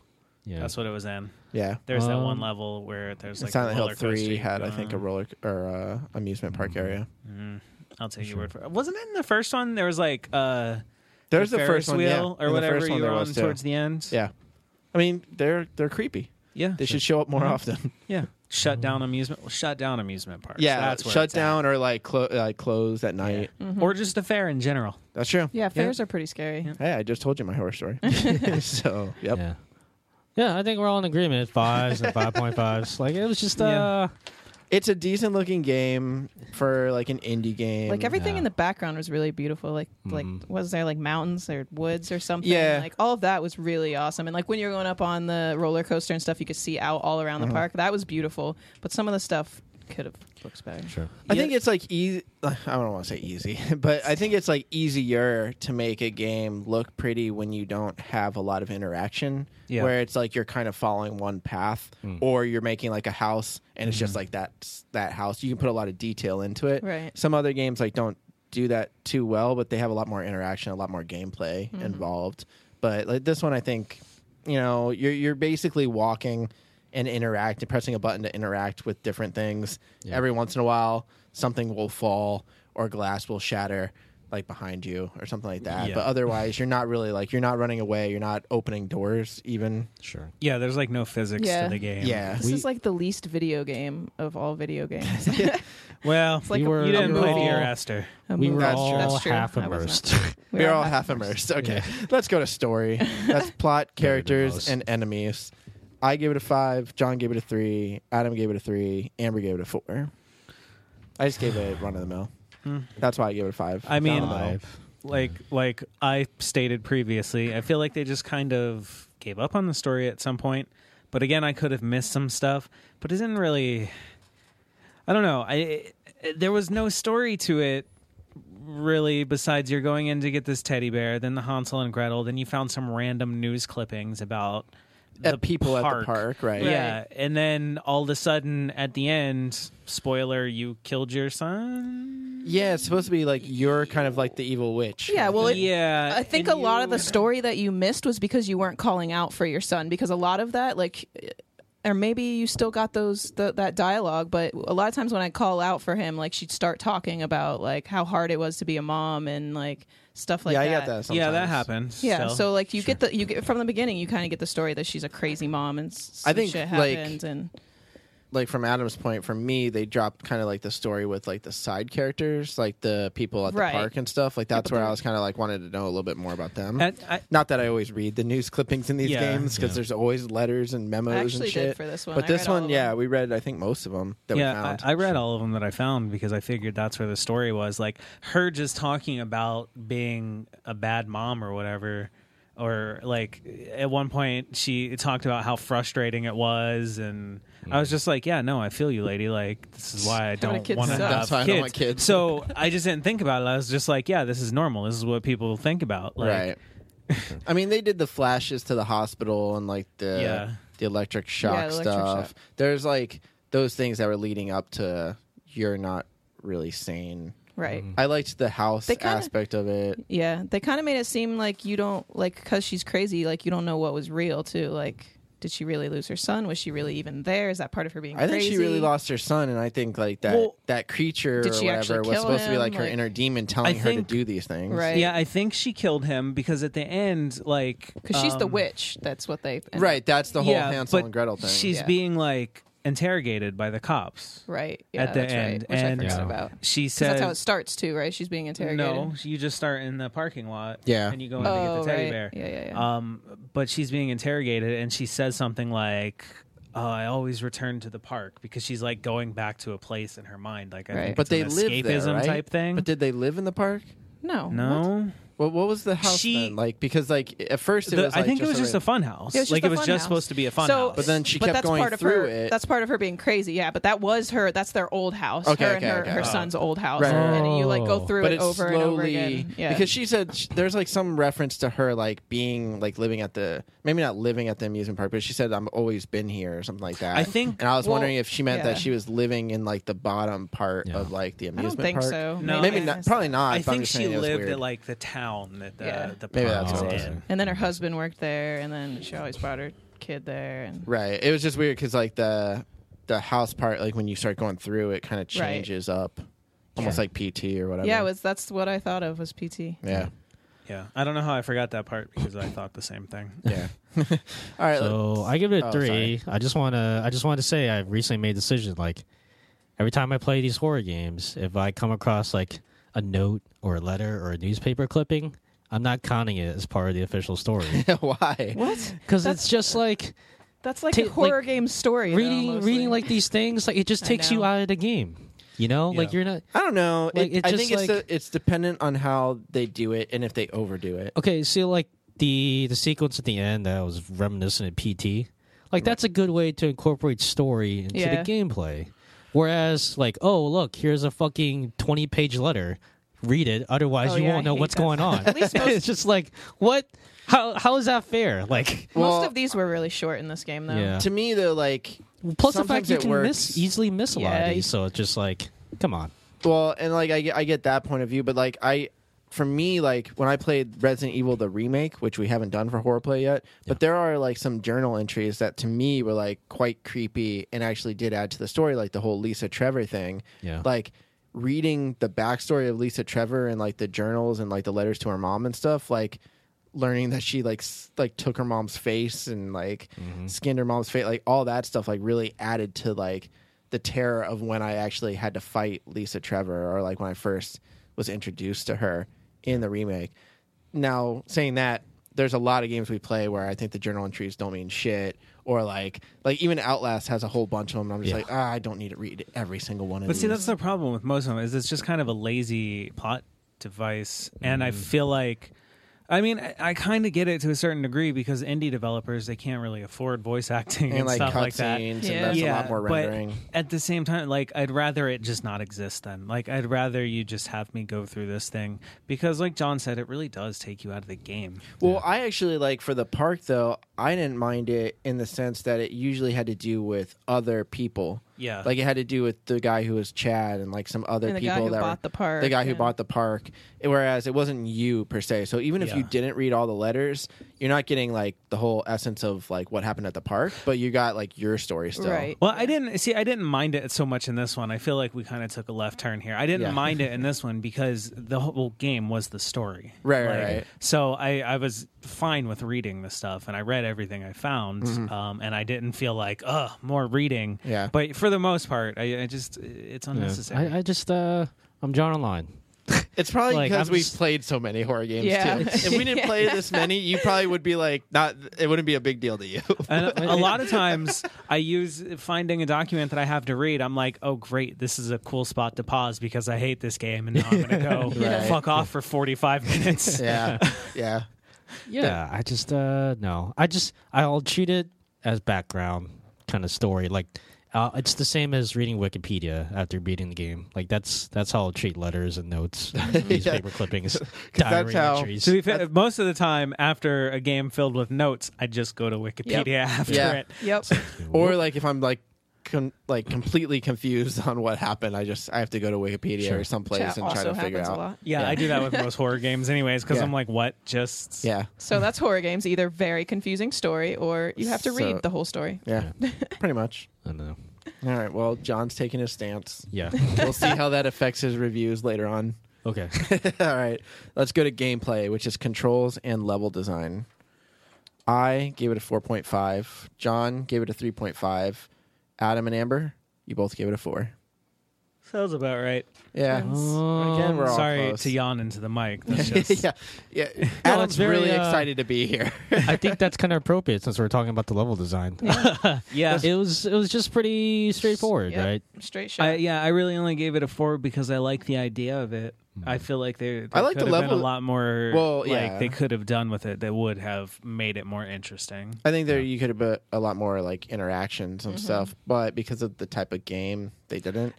D: yeah.
E: That's what it was in.
C: Yeah,
E: There's that one
D: Um,
E: level where there's
C: And
E: like
C: Silent
E: a
C: Hill
E: roller coaster
C: Three
E: you
C: had
E: go
C: I think a
E: on. Mm-hmm.
C: roller or uh, amusement park
D: Mm-hmm.
C: area.
E: I'll take your word for it. Wasn't it in the first one? There was like uh,
C: There's the,
E: Ferris
C: first one, yeah.
E: wheel
C: And
E: or
C: the
E: whatever
C: first one
E: you were
C: there
E: on
C: was, too.
E: towards the end.
C: Yeah, I mean they're they're creepy.
E: yeah,
C: They should show up
D: <laughs>
C: more often.
E: yeah. Shut down amusement. well, Shut down amusement parks.
C: yeah,
E: <laughs> that's where
C: shut
E: it's at.
C: down or like clo- like closed at
E: Yeah.
C: night.
E: or just a fair in general.
C: That's true.
F: Mm-hmm. Yeah. Fairs are pretty scary.
C: Hey, I just told you my horror
E: <laughs>
C: story. <laughs> so yep.
D: Yeah. Yeah, I think we're all in agreement. Fives and five point fives. <laughs> Like it was just uh
E: Yeah.
C: it's a decent looking game for like an indie game.
F: Like everything in the background was really beautiful. Like like was there like mountains or woods or something?
C: Yeah.
F: Like all of that was really awesome. And like when you're going up on the roller coaster and stuff, you could see out all around the park. That was beautiful. But some of the stuff could have looked better.
D: sure.
C: I think it's like easy. I don't want to say easy, <laughs> but I think it's like easier to make a game look pretty when you don't have a lot of interaction.
E: Yeah.
C: Where it's like you're kind of following one path, or you're making like a house, and it's just like that that house. You can put a lot of detail into it.
F: Right.
C: Some other games like don't do that too well, but they have a lot more interaction, a lot more gameplay involved. But like this one, I think you know you're you're basically walking and interacting, pressing a button to interact with different things. Every once in a while, something will fall or glass will shatter like behind you or something like that.
E: Yeah.
C: But otherwise, you're not really like you're not running away. You're not opening doors even.
D: Sure.
E: Yeah, there's like no physics
F: Yeah.
E: to the game.
C: Yeah.
F: This is like the least video game of all video games. <laughs>
E: Well,
F: like
D: we
F: a-
D: were,
E: you didn't
D: we were
E: play
D: all,
E: Dear Esther.
F: A
D: We were
F: movie.
C: That's
D: all
C: true.
F: That's true.
D: half
F: I wasn't.
D: immersed. <laughs>
F: We
C: We're all
F: had-
C: half immersed. Okay, let's go to story. That's plot, characters,
D: most.
C: and enemies. I gave it a five. John gave it a three. Adam gave it a three. Amber gave it a four. I just gave it run of the mill. That's why I gave it a five.
E: I mean,
C: Down
E: like like I stated previously, I feel like they just kind of gave up on the story at some point. But again, I could have missed some stuff, but it didn't really. I don't know. I there was no story to it really besides you're going in to get this teddy bear then the hansel and gretel then you found some random news clippings about
C: At people at the park, right.
E: yeah and then all of a sudden at the end spoiler you killed your son
C: the mill. yeah, it's supposed to be like you're kind of like the evil witch.
F: Yeah, well, it,
E: yeah
F: I think a
E: and
F: lot of
E: you-
F: the story that you missed was because you weren't calling out for your son. Because a lot of that, like, or maybe you still got those th- that dialogue, but a lot of times when I call out for him, like she'd start talking about like how hard it was to be a mom and like stuff like
C: yeah,
F: that.
C: I got that. Sometimes.
E: Yeah, that happens.
F: Yeah,
E: still.
F: so like you get the you get from the beginning, you kind of get the story that she's a crazy mom and s-
C: I
F: some
C: think,
F: shit
C: like,
F: happened and
C: Like from Adam's point, for me, they dropped kind of like the story with like the side characters, like the people at the
F: Right.
C: park and stuff. Like that's where I was kind of like wanted to know a little bit more about them.
E: And I-
C: Not that I always read the news clippings in these
E: Yeah.
C: games because
D: Yeah.
C: there's always letters and memos
F: I
C: and
F: actually
C: shit.
F: did for this one.
C: But
F: I
C: this
F: read all
C: one,
F: of
C: yeah,
F: them.
C: we read I think most of them that we
E: yeah,
C: found.
E: I, I read all of them that I found because I figured that's where the story was. Like her just talking about being a bad mom or whatever, or like at one point she talked about how frustrating it was, and I
C: Mm.
E: was just like, yeah, no, I feel you, lady. Like this is why I
F: Having a
E: don't
F: kid
E: want to
F: sucks.
E: have
C: That's why I don't want kids.
E: so I just didn't think about it. I was just like, yeah, this is normal. This is what people think about. Like,
C: right. <laughs> I mean, they did the flashes to the hospital and like the
E: Yeah.
C: the electric shock
F: Yeah, the electric
C: stuff.
F: shock.
C: There's like those things that were leading up to you're not really sane.
F: right.
C: I liked the house
F: They kinda-
C: aspect of it.
F: Yeah, they kind of made it seem like you don't like because she's crazy. Like you don't know what was real too. Like, did she really lose her son? Was she really even there? Is that part of her being?
C: I think
F: crazy?
C: she really lost her son, and I think like that
E: Well,
C: that creature
F: did
C: or
F: she
C: whatever
F: actually
C: was
F: kill
C: supposed to be
F: him?
C: like her
F: Like-
C: inner demon telling her to
E: think-
C: do these things.
F: Right.
E: Yeah, I think she killed him because at the end, like,
F: because she's the
E: um,
F: witch. That's what they and-
C: Right. That's the whole
E: yeah,
C: Hansel
E: but
C: and Gretel thing.
E: She's
F: Yeah.
E: being like interrogated by the cops.
F: right yeah,
E: at the
F: that's
E: end,
F: right, which
E: and-
F: I forgot
D: Yeah.
F: about. 'Cause
E: She
F: that's how it
E: says,
F: starts too, right? She's being interrogated.
E: "No, you just start in the parking lot,
C: Yeah.
E: and you go in to
F: oh
E: get the teddy
F: right,
E: bear."
F: yeah, yeah, yeah.
E: Um, but she's being interrogated, and she says something like, oh, "I always return to the park because she's like going back to a place in her mind, like I
F: Right.
E: think
C: but
E: it's an
C: they live there,
E: escapism
C: right?
E: type thing."
C: But did they live in the park?
F: no, what?
E: no,
C: Well, what was the house
E: She-
C: then? Like because like at first it
E: The-
C: was.
E: I
C: like,
E: think it was just a
C: random-
E: fun house.
F: It was just
E: like
F: a
E: it was
F: fun
E: just
F: house.
E: supposed to be a fun
F: so,
E: house.
C: But then she
F: but
C: kept
F: that's
C: going
F: part of
C: through
F: her,
C: it.
F: That's part of her being crazy, yeah. But that was her. That's their old house.
C: Okay,
F: her
C: okay,
F: and her,
C: okay.
F: her
C: Oh.
F: son's old house,
C: Right.
F: and you like go
D: Oh.
F: through
C: But
F: it
C: it's
F: over
C: slowly
F: and over again. Yeah.
C: because she said sh there's like some reference to her like being like living at the maybe not living at the amusement park, but she said I'm always been here or something like that.
E: I think-
C: and I was
F: well,
C: wondering if she meant
F: yeah.
C: that she was living in like the bottom part
D: Yeah.
C: of like the
F: I don't
C: amusement
F: think
C: park.
F: so.
E: No.
C: Maybe
E: I
C: not. Probably not.
E: I
C: but I'm
E: think
C: just
E: she
C: saying it was
E: lived
C: weird.
E: at like the town that the
F: Yeah.
E: the
C: Maybe
E: park
C: that's
E: was
C: what it
E: in.
C: was.
F: And then her husband worked there, and then she always brought her kid there. And
C: right. It was just weird because like the the house part, like when you start going through, it kind of changes up, almost like PT or whatever.
F: yeah, it was that's what I thought of was PT.
C: yeah.
E: Yeah, I don't know how I forgot that part because I thought the same thing.
C: Yeah. All
D: <laughs>
C: right.
D: So I give it a
C: Oh,
D: three.
C: sorry.
D: I just want to. I just want to say I recently made a decision. Like every time I play these horror games, if I come across like a note or a letter or a newspaper clipping, I'm not counting it as part of the official <laughs> story
C: let- <laughs> why?
F: What?
D: because it's just like
F: That's like
D: Ta-
F: a horror
D: like,
F: game story. though,
D: reading
F: mostly.
D: reading like these things. Like it just
F: I
D: takes you
F: know.
D: out of the game. You know, like
E: Yeah.
D: you're not.
C: I don't know.
D: Like,
C: it,
D: it's
C: I
D: just
C: think it's
D: like-
C: the, it's dependent on how they do it and if they overdo it.
D: Okay, so like the the sequence at the end that was reminiscent of PT. Like that's a good way to incorporate story into
F: Yeah.
D: the gameplay. Whereas like, oh look, here's a fucking twenty page letter. Read it, otherwise
F: Oh,
D: you
F: yeah,
D: won't
F: I
D: know
F: hate
D: what's
F: that.
D: going on.
F: <laughs>
D: <laughs>
F: At least most-
D: it's just like what how how is that fair? Like
C: Well-
F: most of these were really short in this game, though.
D: Yeah.
C: To me, though, like
D: plus the
C: sometimes
D: fact you
C: it
D: can
C: works.
D: miss easily miss a lot
F: Yeah,
D: of
F: you-
D: these, so it's just like come on.
C: Well, and like I get, I get that point of view, but like I, for me, like when I played Resident Evil the remake, which we haven't done for horror play yet, but there are like some journal entries that to me were like quite creepy and actually did add to the story, like the whole Lisa Trevor thing.
D: Yeah.
C: Like reading the backstory of Lisa Trevor and like the journals and like the letters to her mom and stuff, like learning that she like s- like took her mom's face and like
E: Mm-hmm.
C: skinned her mom's face like all that stuff like really added to like the terror of when I actually had to fight Lisa Trevor or like when I first was introduced to her in the remake. Now, saying that, there's a lot of games we play where I think the journal entries don't mean shit or like like even Outlast has a whole bunch of them and I'm just like, ah, I don't need to read every single one of
E: But
C: these.
E: see, that's the problem with most of them is it's just kind of a lazy plot device, and
C: Mm.
E: I feel like, I mean, I, I kind of get it to a certain degree because indie developers they can't really afford voice acting and,
C: and like
E: stuff like
C: cutscenes
E: that.
C: and
F: Yeah.
C: that's a lot more rendering.
E: But at the same time, like I'd rather it just not exist then. Like I'd rather you just have me go through this thing because like John said, it really does take you out of the game.
C: Well, I actually like for the park though, I didn't mind it in the sense that it usually had to do with other people.
E: Yeah.
C: Like it had to do with the guy who was Chad and like some other
F: And the guy
C: people
F: who
C: that
F: bought
C: were,
F: the park,
C: The guy who
F: yeah.
C: bought the park. Whereas it wasn't you per se. So even if
E: Yeah.
C: you didn't read all the letters, you're not getting like the whole essence of like what happened at the park, but you got like your story still.
F: Right.
E: Well, I didn't see. I didn't mind it so much in this one. I feel like we kind of took a left turn here. I didn't
C: Yeah. <laughs>
E: mind it in this one because the whole game was the story.
C: Right, right, right.
E: So I, I was fine with reading the stuff, and I read everything I found, um, and I didn't feel like, ugh, more reading.
C: Mm-hmm. Yeah.
E: But for the most part, I, I just it's unnecessary.
D: I, I just uh, I'm John online.
C: It's probably
D: Like,
C: because
D: I'm
C: we've
D: just-
C: played so many horror games
F: Yeah. <laughs>
C: too. if we didn't play this many, you probably would be like not it wouldn't be a big deal to you.
E: And a
C: <laughs>
E: lot of times I use finding a document that I have to read. I'm like, oh, great, this is a cool spot to pause because I hate this game and now I'm going to go
C: <laughs> Right.
E: fuck off for 45
C: <laughs>
E: minutes.
C: yeah. Yeah.
D: Yeah, I just uh no. I just I'll treat it as background kind of story. Like uh, it's the same as reading Wikipedia after beating the game. Like that's that's how I'll treat letters
C: <laughs>
D: and notes, <laughs> newspaper clippings, diary
C: that's how-
D: entries.
E: To be fair, most of the time after a game filled with notes, I just go to Wikipedia <laughs> after
C: Yeah.
E: it.
F: Yep.
C: <laughs> or like if I'm like com- like completely confused on what happened, I just I have to go to Wikipedia or someplace
F: Chat
C: and try
F: also
C: to figure
F: happens a
C: out.
F: lot.
E: Yeah, I do that with most horror games, anyways, because
C: Yeah.
E: I'm like, what? Just
C: Yeah,
F: So that's horror games, either very confusing story or you have to
C: So-
F: read the whole story.
C: yeah, pretty much.
D: I don't know.
C: All right. Well, John's taking his stance.
D: Yeah.
C: We'll
F: <laughs>
C: see how that affects his reviews later on.
D: Okay.
C: <laughs> All right, let's go to gameplay, which is controls and level design. I gave it a 4.5. John gave it a 3.5. Adam and Amber, you both gave it a 4.
E: sounds about right.
C: Yeah.
D: Oh.
C: Again, Oh, we're all
E: Sorry
C: close.
E: to yawn into the
C: <laughs>
D: <laughs>
E: mic. That's just,
C: yeah. Yeah. Adam's
D: very,
C: really
D: uh,
C: excited to be here. <laughs>
D: I think that's kind of appropriate since we're talking about the level design.
E: yeah.
D: it was it was just pretty straightforward,
F: Yep.
D: right?
F: Straight shot.
E: I, yeah, I really only gave it a four because I like the idea of it. I feel like they, they
C: Mm. I like the
E: could have been
C: level-
E: a lot more.
C: Well,
E: like
C: yeah.
E: they could have done with it that would have made it more interesting.
C: I think there you could have put a lot more like interactions and stuff, but because of the type of game, they didn't.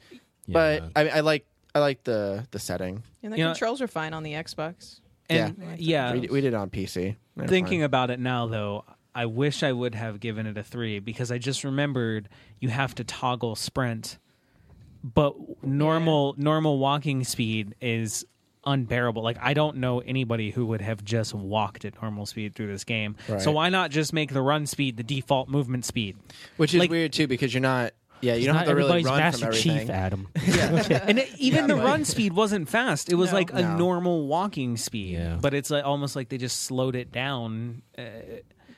C: But
D: Yeah.
C: I, I like I like the the setting.
F: and the
E: you know-
F: controls are fine on the Xbox.
E: And
C: Yeah.
E: yeah,
C: We,
D: Oh.
C: we did it on PC. They were
E: thinking
C: fine.
E: about it now though, I wish I would have given it a three because I just remembered you have to toggle sprint, but normal normal walking speed is unbearable. Like I don't know anybody who would have just walked at normal speed through this game. So
C: Right.
E: why not just make the run speed the default movement speed?
C: which is
E: like-
C: weird too because you're not. Yeah, you don't
D: Not
C: have to really
D: everybody's
C: run
D: Master
C: from everything.
D: Chief,
C: <laughs>
D: Adam.
E: and it, even the
C: but-
E: run speed wasn't fast. It was
F: No.
E: like a
C: No.
E: normal walking speed,
D: Yeah.
E: but it's like almost like they just slowed it down. Uh,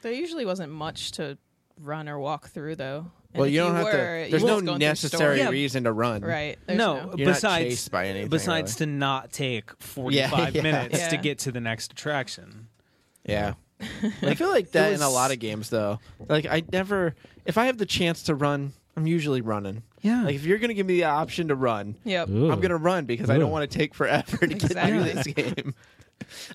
F: There usually wasn't much to run or walk through, though. And
C: well,
F: if
C: you don't have
F: were,
C: to.
F: you
C: There's
F: were
C: no
F: just going through
C: necessary
F: story.
C: reason to run.
F: Right. There's
E: no,
F: no.
C: You're not
E: besides
C: chased by anything,
E: besides
C: really.
E: to
C: <laughs>
E: not take forty five
C: yeah.
E: minutes to
F: Yeah.
E: get to the next attraction.
F: <laughs>
C: Yeah. I feel like that in a
E: was-
C: lot of games though. Like I never if I have the chance to run, I'm usually running.
E: Yeah.
C: Like if you're going to give me the option to run,
F: Yep.
D: Ooh.
C: I'm gonna run because I
D: Ooh.
C: don't want to take forever to get
F: Exactly.
C: through this game. <laughs>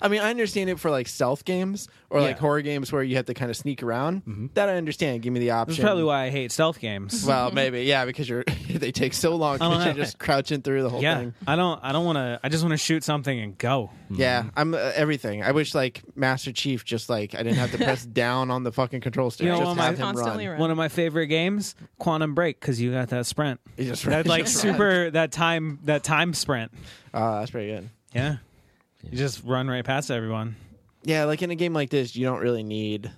C: I mean, I understand it for like stealth games or like
E: Yeah.
C: horror games where you have to kind of sneak around. That I understand. Give me the option.
E: That's probably why I hate stealth games.
C: Well, maybe yeah, because you're <laughs> they take so long.
E: I
C: <laughs>
E: don't
C: 'cause you're
E: know.
C: just crouching through the whole
E: yeah,
C: thing.
E: I don't. I don't want to. I just want to shoot something and go. Mm-hmm.
C: Yeah, I'm uh, everything. I wish like Master Chief just like I didn't have <laughs> to press down on the fucking control stick.
E: You know,
C: just
E: one of
C: have
E: my-
C: him
F: Constantly
C: run.
F: Right.
E: One of my favorite games, Quantum Break, because you got that sprint.
C: He just <laughs>
E: That like
C: just
E: super that time that time sprint.
C: Run. Uh, that's pretty good.
E: Yeah, you just run right past everyone.
C: Yeah, like in a game like this, you don't really need.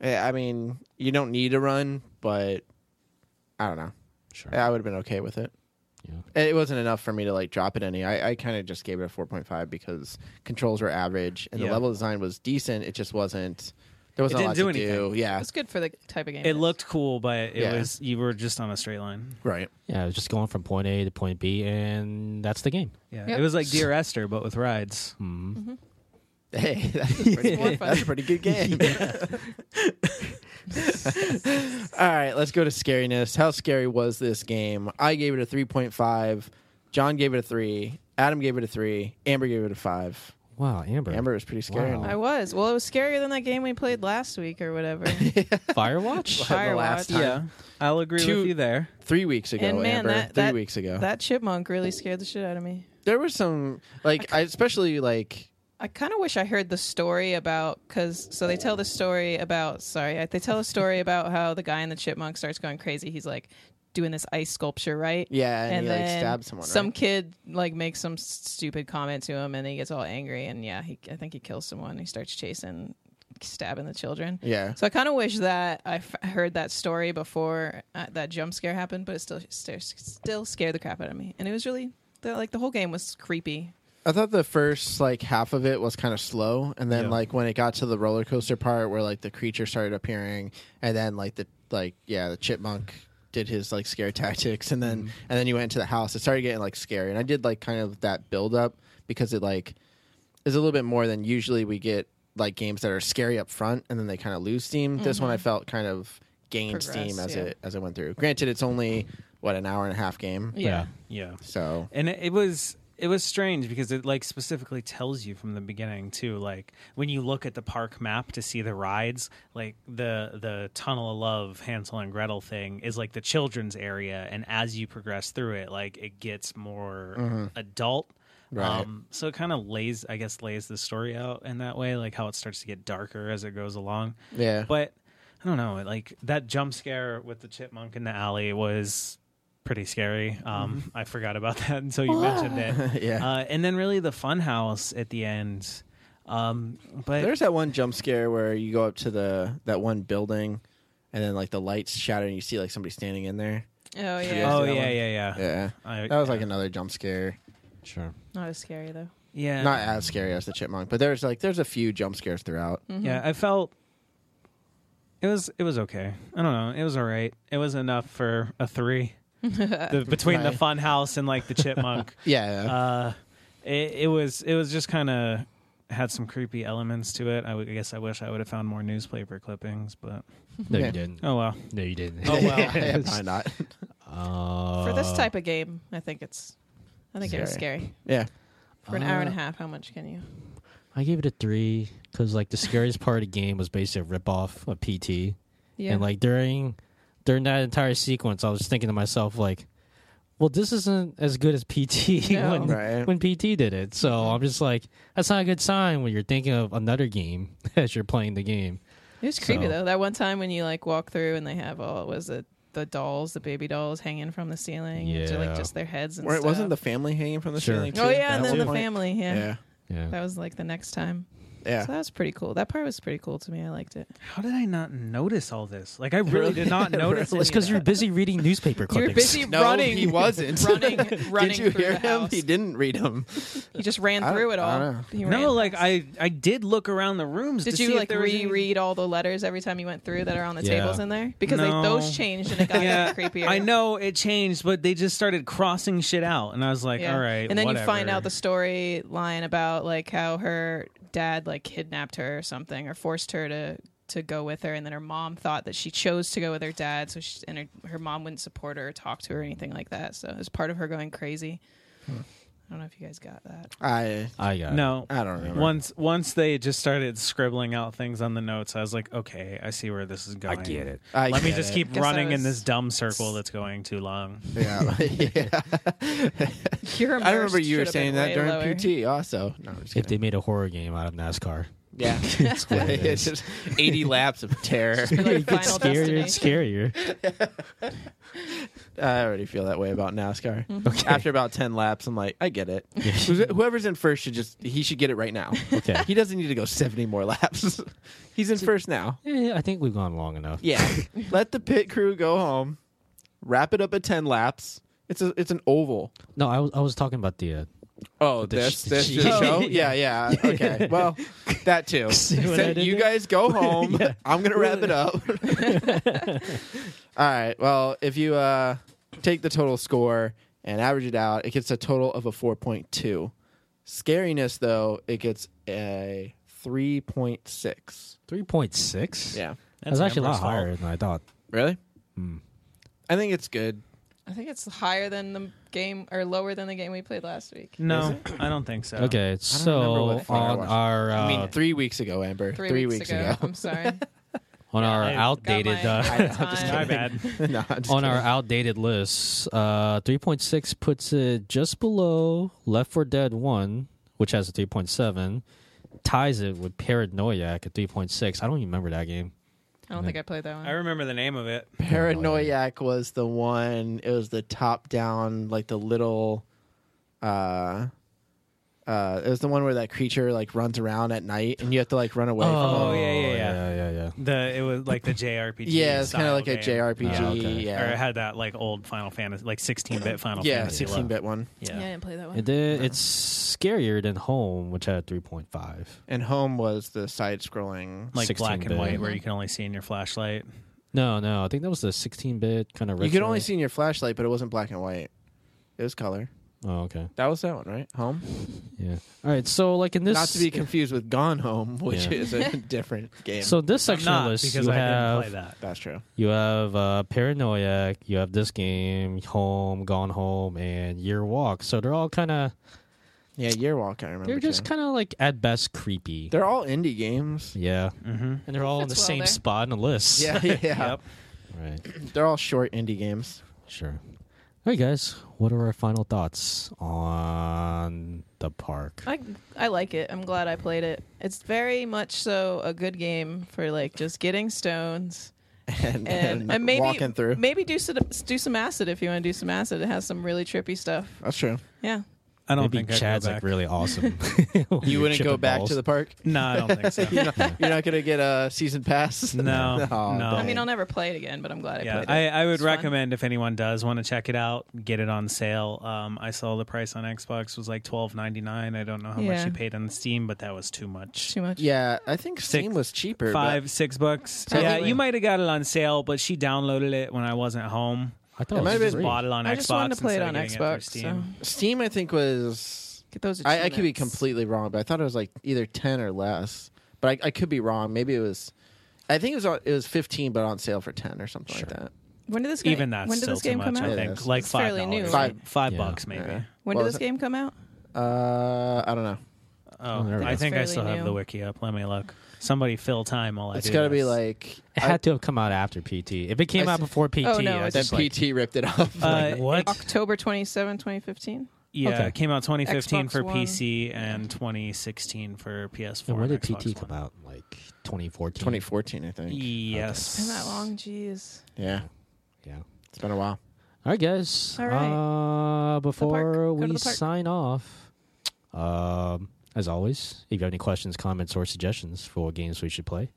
C: eh, I mean, you don't need to run, but I don't know.
D: Sure.
C: I would have been okay with it.
D: Yeah.
C: It wasn't enough for me to like drop it any. I, I kind of just gave it a 4.5 because controls were average and the
E: Yeah.
C: level design was decent. It just wasn't. There wasn't
E: didn't
C: a lot
E: do
C: to
E: anything.
C: do. Yeah,
F: It's good for the type of game.
E: It
F: is.
E: looked cool, but it
C: Yeah.
E: was you were just on a straight line.
C: right.
D: Yeah, it was just going from point A to point B, and that's the game. Mm-hmm.
E: Yeah,
F: Yep.
E: it was like Dear Esther, but with rides.
C: Mm-hmm. Hey, <laughs> that's a pretty,
F: more
C: good,
F: fun.
C: that's a pretty good game.
F: <laughs>
C: All right, let's go to scariness. How scary was this game? I gave it a 3.5. John gave it a 3. Adam gave it a 3. Amber gave it a 5.
D: Wow, Amber.
C: Amber was pretty scary.
D: Wow.
F: I was. Well, it was scarier than that game we played last week or whatever.
E: <laughs>
D: Firewatch?
C: <laughs> The last
F: Firewatch.
C: time.
E: Yeah, I'll agree
C: Two-
E: with you there.
C: Three weeks ago,
F: And man,
C: Amber.
F: that-
C: Three
F: that-
C: weeks ago.
F: That chipmunk really scared the shit out of me.
C: there was some, like, I especially, like,
F: I kind of wish I heard the story about because so they tell the story about sorry I- they tell a story <laughs> about how the guy in the chipmunk starts going crazy. He's like doing this ice sculpture, right?
C: Yeah, and he, like,
F: then
C: stabs someone,
F: Some
C: right?
F: kid like makes some s- stupid comment to him, and he gets all angry, and yeah, he I think he kills someone. He starts chasing, stabbing the children.
C: Yeah.
F: So I kind of wish that I f- heard that story before uh, that jump scare happened, but it still st- still scared the crap out of me, and it was really the, like the whole game was creepy.
C: I thought the first like half of it was kind of slow, and then
E: Yeah.
C: like when it got to the roller coaster part where like the creature started appearing, and then like the like yeah the chipmunk did his like scare <laughs> tactics, and then and then you went into the house. It started getting like scary, and I did like kind of that build up because it like is a little bit more than usually we get like games that are scary up front and then they kind of lose steam. This one I felt kind of gained steam
F: Mm-hmm. Progressed,
C: as
F: yeah.
C: it as it went through. Granted, it's only what an hour and a half game,
F: yeah.
E: Yeah,
C: so <laughs>
E: and it, it was it was strange because it like specifically tells you from the beginning too like when you look at the park map to see the rides like the the tunnel of love hansel and gretel thing is like the children's area and as you progress through it like it gets more adult
C: Mm-hmm.
E: Um,
C: Right.
E: so it kind of lays i guess lays the story out in that way like how it starts to get darker as it goes along
C: yeah.
E: but I don't know, like that jump scare with the chipmunk in the alley was pretty scary. Um, I forgot about <laughs> that until you mentioned it.
C: Mm-hmm. <laughs> Yeah.
E: Uh, and then really the fun house at the end. Um, but
C: There's that one jump scare where you go up to the that one building, and then like the lights shatter and you see like somebody standing in there.
F: Oh yeah.
E: oh
C: that
E: yeah,
C: one?
E: yeah, yeah,
C: Yeah,
E: I-
C: that was
E: yeah.
C: like another jump scare.
D: Sure.
F: Not as scary though.
E: yeah.
C: Not as scary as the chipmunk, but there's like there's a few jump scares throughout.
E: Yeah, I felt it was it was okay. I don't know, it was all right. It was enough for
C: <laughs>
E: a three. the, between the
C: Right.
E: fun house and like
C: <laughs>
E: the chipmunk.
C: Yeah,
E: uh, it, it was it was just kind of had some creepy elements to it. I, would- I guess I wish I would have found more newspaper clippings, but
D: No,
C: Yeah.
D: you didn't.
E: oh well.
D: No, you didn't.
E: Oh, well.
F: <laughs>
C: yeah, probably not.
D: Uh,
F: For this type of game, I think it's I think it was scary.
C: Yeah,
F: For an hour and a
D: Uh,
F: half, how much can you?
D: I gave it a three because like the scariest part of the game was basically a ripoff of PT,
F: Yeah.
D: and like during during that entire sequence, I was thinking to myself like, well, this isn't as good as <laughs> PT
F: No.
D: when
C: Right.
D: when PT did it. So I'm just like, that's not a good sign when you're thinking of another game <laughs> as you're playing the game.
F: it was creepy
D: so-
F: though. That one time when you like walk through and they have all was it the dolls, the baby dolls hanging from the ceiling, which are like
D: Yeah.
F: just their heads
C: <laughs>
F: and
C: Where it
F: stuff.
C: wasn't the family hanging from the
D: Sure.
C: ceiling.
F: Oh
C: too,
F: yeah, and
C: at
F: then
C: one
F: the
C: point?
F: family, yeah.
C: Yeah,
D: Yeah.
F: That was like the next time.
C: yeah.
F: So that was pretty cool. That part was pretty cool to me. I liked it.
E: How did I not notice all this? <laughs> Like I really did not notice.
D: It's because you're busy reading newspaper
F: You
D: clippings.
F: were busy
C: No,
F: running.
C: he wasn't.
F: <laughs> running, running
C: <laughs> Did you
F: through
C: hear
F: the
C: him?
F: house.
C: He didn't read
F: <laughs>
C: him.
F: He just ran
C: I don't-
F: through it
C: I don't
F: all.
C: know.
F: He
E: No,
F: ran
E: like I I did look around the rooms.
F: Did
E: to
F: you
E: see if
F: like
E: there was any-
F: reread all the letters every time you went through that are on the
D: Yeah.
F: tables in there? Because
E: No.
F: they, those changed and
E: <laughs>
F: it got
E: Yeah,
F: creepier.
E: I know it changed, but they just started crossing shit out, and I was like,
F: Yeah.
E: all right.
F: And then
E: whatever.
F: you find out the storyline about like how her dad like kidnapped her or something or forced her to to go with her and then her mom thought that she chose to go with her dad so she
E: Hmm.
F: and her, her mom wouldn't support her or talk to her or anything like that so it was part of her going crazy I don't know if you guys got that. <laughs>
C: I
D: <laughs> I got it.
E: No,
C: I don't remember.
E: Once once they just started scribbling out things on the notes, I was like, okay, I see where this is
D: I
E: going.
D: get it.
C: I
E: Let me
C: get
E: just
C: it.
E: keep
F: Guess I
E: running in
F: was-
E: this dumb circle that's going too long.
F: <laughs>
C: Yeah, <laughs> yeah. I remember you
F: Your immersed
C: were
F: should have been
C: saying that
F: way
C: during
F: lower.
C: PT also. No, I'm just
D: If they
C: kidding.
D: made a horror game out of NASCAR,
C: yeah,
D: it's what
C: <laughs>
D: it
C: it's
D: is.
C: just 80 laps of terror.
E: <laughs>
F: Be <laughs> like
D: It's
F: Final
D: scarier and
F: Destination. <laughs>
D: scarier.
C: <laughs> I already feel that way about NASCAR. <laughs>
D: Mm-hmm.
C: After about 10 laps, I'm like, I get it. Who's- Whoever's in first should just, he should get it right now.
D: Okay.
C: He doesn't need to go 70 more laps. <laughs> He's in first now.
D: Eh, I think we've gone long enough.
C: Yeah. <laughs> Let the pit crew go home, wrap it up at 10 laps. It's a, it's an oval.
D: No, I was I was talking about the. Uh,
C: Oh,
D: The
C: this,
D: sh-
C: this
D: the
C: your
D: cheese. <laughs>
C: show? Yeah, yeah. Okay. Well, that too.
D: See what I
C: So
D: did
C: you
D: there?
C: guys go home.
D: <laughs> Yeah.
C: I'm gonna wrap it
D: <laughs>
C: up. All right. Well, if you uh, take the total score and average it out, it gets a total of a 4.2. Scariness, though, it gets a 3.6.
D: Three point six.
C: Yeah.
D: that's actually a lot
E: Amber's fault.
D: higher than I thought.
C: Really?
D: Hmm.
C: I think it's good.
F: I think it's higher than the game or lower than the game we played last week.
E: No, I don't think so.
D: Okay,
C: remember what
D: so
C: fire
D: on
C: was.
D: our uh,
C: I mean, three weeks ago, Amber.
F: Three, weeks, ago. I'm sorry.
D: on our
E: I got
D: outdated
F: my-
D: uh,
E: <laughs>
C: <laughs>
E: My bad.
C: <laughs> no, I'm just
D: on our
C: kidding.
D: outdated lists, uh, 3.6 puts it just below Left 4 Dead 1, which has a 3.7, ties it with Paranoiac at 3.6. I don't even remember that game.
F: I don't think I played that
E: I
F: one.
E: remember the name of it.
C: Paranoiac was the one. It was the top down, like the little. uh uh, it was the one where that creature like runs around at night and you have to like run away
E: Oh,
C: from it.
E: yeah, yeah, yeah.
D: yeah, yeah, yeah.
E: The it was like the JRPG.
C: <laughs> Yeah, it's kind of
E: style
C: like
E: game.
C: a JRPG.
D: Oh, okay.
E: Or it
C: Yeah,
E: had that like old Final Fantasy, like 16-bit Final
C: yeah,
E: Fantasy. look.
C: sixteen bit one.
F: Yeah, I
E: Yeah.
F: didn't play that one.
D: It did, It's scarier than Home, which had a 3.5.
C: And Home was the side scrolling.
E: Like black and
D: 16-bit.
E: white, where you can only see in your flashlight.
D: No, no, I think that was the 16 bit kind of
C: You could only see in your flashlight, but it wasn't black and white. It was color.
D: Oh, okay.
C: That was that one, right? Home.
D: Yeah. All right, so like in this.
C: Not to
D: <laughs>
C: be confused with Gone Home, <laughs> which
D: Yeah.
C: is a different game.
D: so this
E: I'm
D: section of
E: not
D: list
E: because
D: you
E: I
D: have
E: didn't play that.
C: that's true.
D: You have uh, Paranoiac, you have this game, Home, Gone Home, and Year Walk. So they're all kind of,
C: Yeah, Yearwalk. I remember.
D: they're just
C: too.
D: kind of like at best creepy.
C: They're all indie games.
D: yeah. Mm-hmm. And they're all in the
F: Fits well
D: same
F: there.
D: spot on the
F: <laughs>
D: list.
C: Yeah, <laughs> yeah.
E: Yep.
D: <laughs> Right.
C: They're all short indie games. <laughs>
D: Sure. All right, guys. What are our final thoughts on the park?
F: I I like it. I'm glad I played it. It's very much so a good game for like just
C: <laughs>
F: getting stones
C: And,
F: and,
C: and
F: and maybe
C: walking through.
F: Maybe do some do some acid if you want to do some acid. It has some really trippy stuff.
C: That's true.
F: Yeah.
E: I don't
D: Maybe
E: think
D: Chad's
E: I go
D: like
E: back.
C: <laughs>
D: really awesome. <laughs>
C: You wouldn't go back to the <laughs> park.
E: No, I don't think
F: <laughs>
E: so.
C: You're not gonna get a season pass. <laughs>
E: No,
C: Aw,
E: no.
C: dang.
F: I mean, I'll never play it again, but I'm glad I
E: yeah,
F: played
E: I,
F: it.
E: I would
F: It's fun.
E: recommend if anyone does want to check it out, get it on sale. Um, I saw the price on Xbox was like twelve ninety nine. I don't know how
F: Yeah.
E: much you paid on Steam, but that was too much.
F: Too much.
C: Yeah, I think Steam was cheaper. but-
E: Five, six bucks. Yeah,
C: Probably.
E: you might have got it on sale, but she downloaded it when I wasn't home.
D: I thought it,
C: might
D: was
C: have been-
E: Just
D: free.
E: bought it on
F: I
E: Xbox.
F: just wanted to play it
E: instead
F: on
E: of getting through
F: Xbox. so
E: Steam.
C: Steam, I think was.
F: get those.
C: I, I could be
F: achievements.
C: completely wrong, but I thought it was like either ten or less. But I, I could be wrong. Maybe it was. I think it was on, it was fifteen, but on sale for ten or something like that.
F: When did this game,
E: Even that's
F: when did
E: still
F: this game
E: too much.
F: come
E: I
F: out?
E: think
C: Yeah,
E: like
F: it's
E: five
F: fairly new,
E: dollars,
C: right?
E: five, five
D: Yeah.
E: bucks maybe.
C: Yeah.
F: When
C: What
F: did
C: was
F: this
C: it?
F: game come out?
C: Uh, I don't know.
E: Oh,
D: there we
E: I
D: go.
E: think I
F: Fairly
E: still have
F: new.
E: the wiki up. Let me look. Somebody fill time while I
C: It's
E: do
C: got to be
E: this.
C: like
D: It had to have come out after PT. If it came
C: I
D: out
C: see-
D: before
E: E
D: PT,
F: Oh, no,
D: I
F: it's
C: then
D: just
C: PT
D: like,
C: ripped it off. <laughs>
E: Uh,
D: what?
F: October 27, 2015.
E: Yeah,
D: Okay.
E: it came out 2015
F: Xbox
E: for
F: One.
E: PC and 2016 for PS4.
D: And when did
E: and Xbox
D: PT come
E: One.
D: out? Like 2014?
C: Twenty fourteen, I think.
E: Yes.
F: Been that long, jeez.
C: Yeah,
D: Yeah.
C: it's been a while.
D: All right, guys.
F: All right.
D: Uh,
F: park.
D: before
F: Go
D: we
F: to the park.
D: sign off, um, as always, if you have any questions, comments, or suggestions for what games we should play,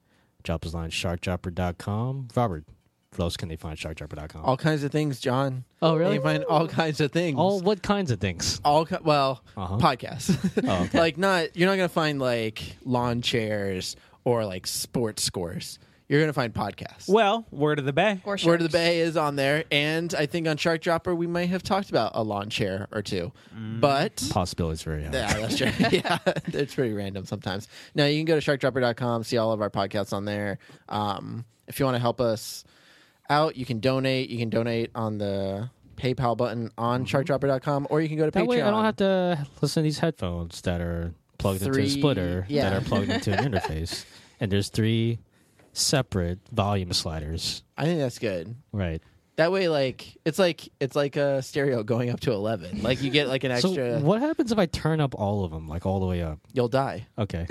D: drop us a line at sharkdropper.com. Robert, where else can they find sharkdropper.com?
C: All kinds of things, John.
D: oh, really?
C: You find all kinds of things.
D: All what kinds of things?
C: all ki- well
D: Uh-huh.
C: podcasts.
D: Oh,
C: <laughs>
D: okay.
C: like not you're not gonna find like lawn chairs or like sports scores. You're gonna find podcasts.
E: Well, Word of the Bay.
F: Or
C: Word of the
F: Sharks.
C: Bay is on there, and I think on Shark Dropper we might have talked about a lawn chair or two,
D: Mm.
C: but.
D: Possibilities very high.
C: Yeah, that's true. <laughs> yeah, it's pretty random sometimes. Now you can go to sharkdropper.com, see all of our podcasts on there. Um, if you want to help us out, you can donate. You can donate on the PayPal button on sharkdropper.com, or you can go to
D: Mm-hmm. That
C: Patreon.
D: way, I don't have to listen to these headphones that are plugged into
C: Three-
D: a splitter
C: yeah.
D: that are plugged
C: <laughs>
D: into an interface. And there's three separate volume sliders.
C: I think that's good.
D: Right.
C: That way, like it's like it's like a stereo going up to eleven. Like you get like an extra.
D: <laughs> So what happens if I turn up all of them, like all the way up?
C: You'll
D: <laughs>
C: die. <laughs>
D: Okay.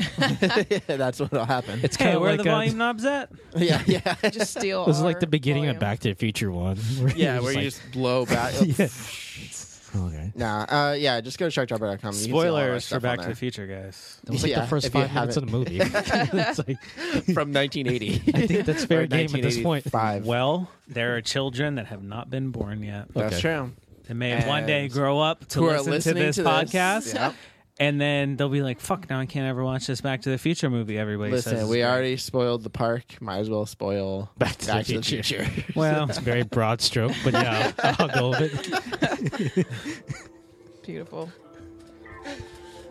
C: that's what'll happen.
D: It's
E: Hey,
D: kinda
E: where are
D: like
E: the
D: a-
E: volume knobs at?
C: <laughs> yeah,
D: <laughs>
C: yeah,
F: Just steal.
D: This is
F: our
D: like the beginning of
F: volume.
D: Back to the Future one. <laughs> where
C: yeah.
D: you're
C: Where you
D: like-
C: just blow
D: <laughs>
C: back.
D: okay.
C: Nah, uh, yeah. Just go to sharkdropper.com. You can see all our
E: Spoilers for
C: stuff
E: Back
C: on
E: to the Future, guys.
D: That was like
C: Yeah,
D: the first
C: if you
D: five minutes of the
C: <laughs>
D: movie. <laughs> it's like,
C: there. from
D: <laughs>
C: 1980.
D: I think that's fair game at this point.
C: Five.
E: Well, there are children that have not been born yet.
C: that's
D: Okay.
C: true.
E: They may one day
C: Oh. And-
E: grow up to
C: who are
E: listen to
C: listening
E: this
C: to this.
E: podcast,
C: Yep.
E: and then they'll be like, "Fuck! Now I can't ever watch this Back to the Future movie." Everybody says,
C: Listen,
E: is
C: we
E: great."
C: already spoiled the park. Might as well spoil Back to, the, future. <laughs>
D: <laughs>
E: well.
D: It's a very broad stroke, but yeah, I'll go
C: <laughs>
D: with it.
F: Beautiful.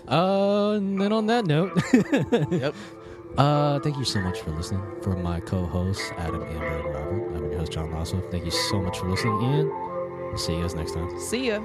D: Uh, and then on that note,
C: yep.
D: uh, thank you so much for listening. For my co-hosts Adam, Amber, and Robert, I'm your host John Lasso. Thank you so much for listening, and we'll see you guys next time.
F: See ya.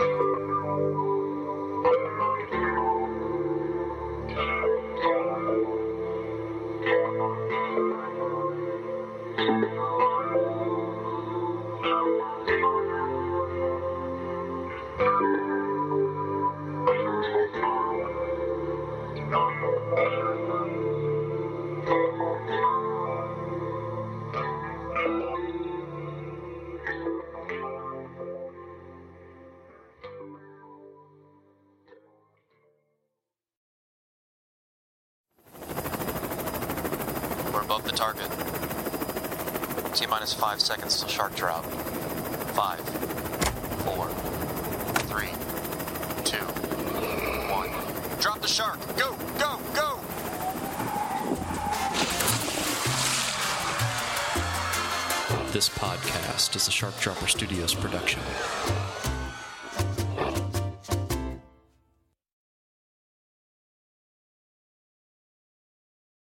I: We're above the target. T minus five seconds till shark drop. Five, four, three, two, one. Drop the shark. Go, go, go. This podcast is a Shark Dropper Studios production.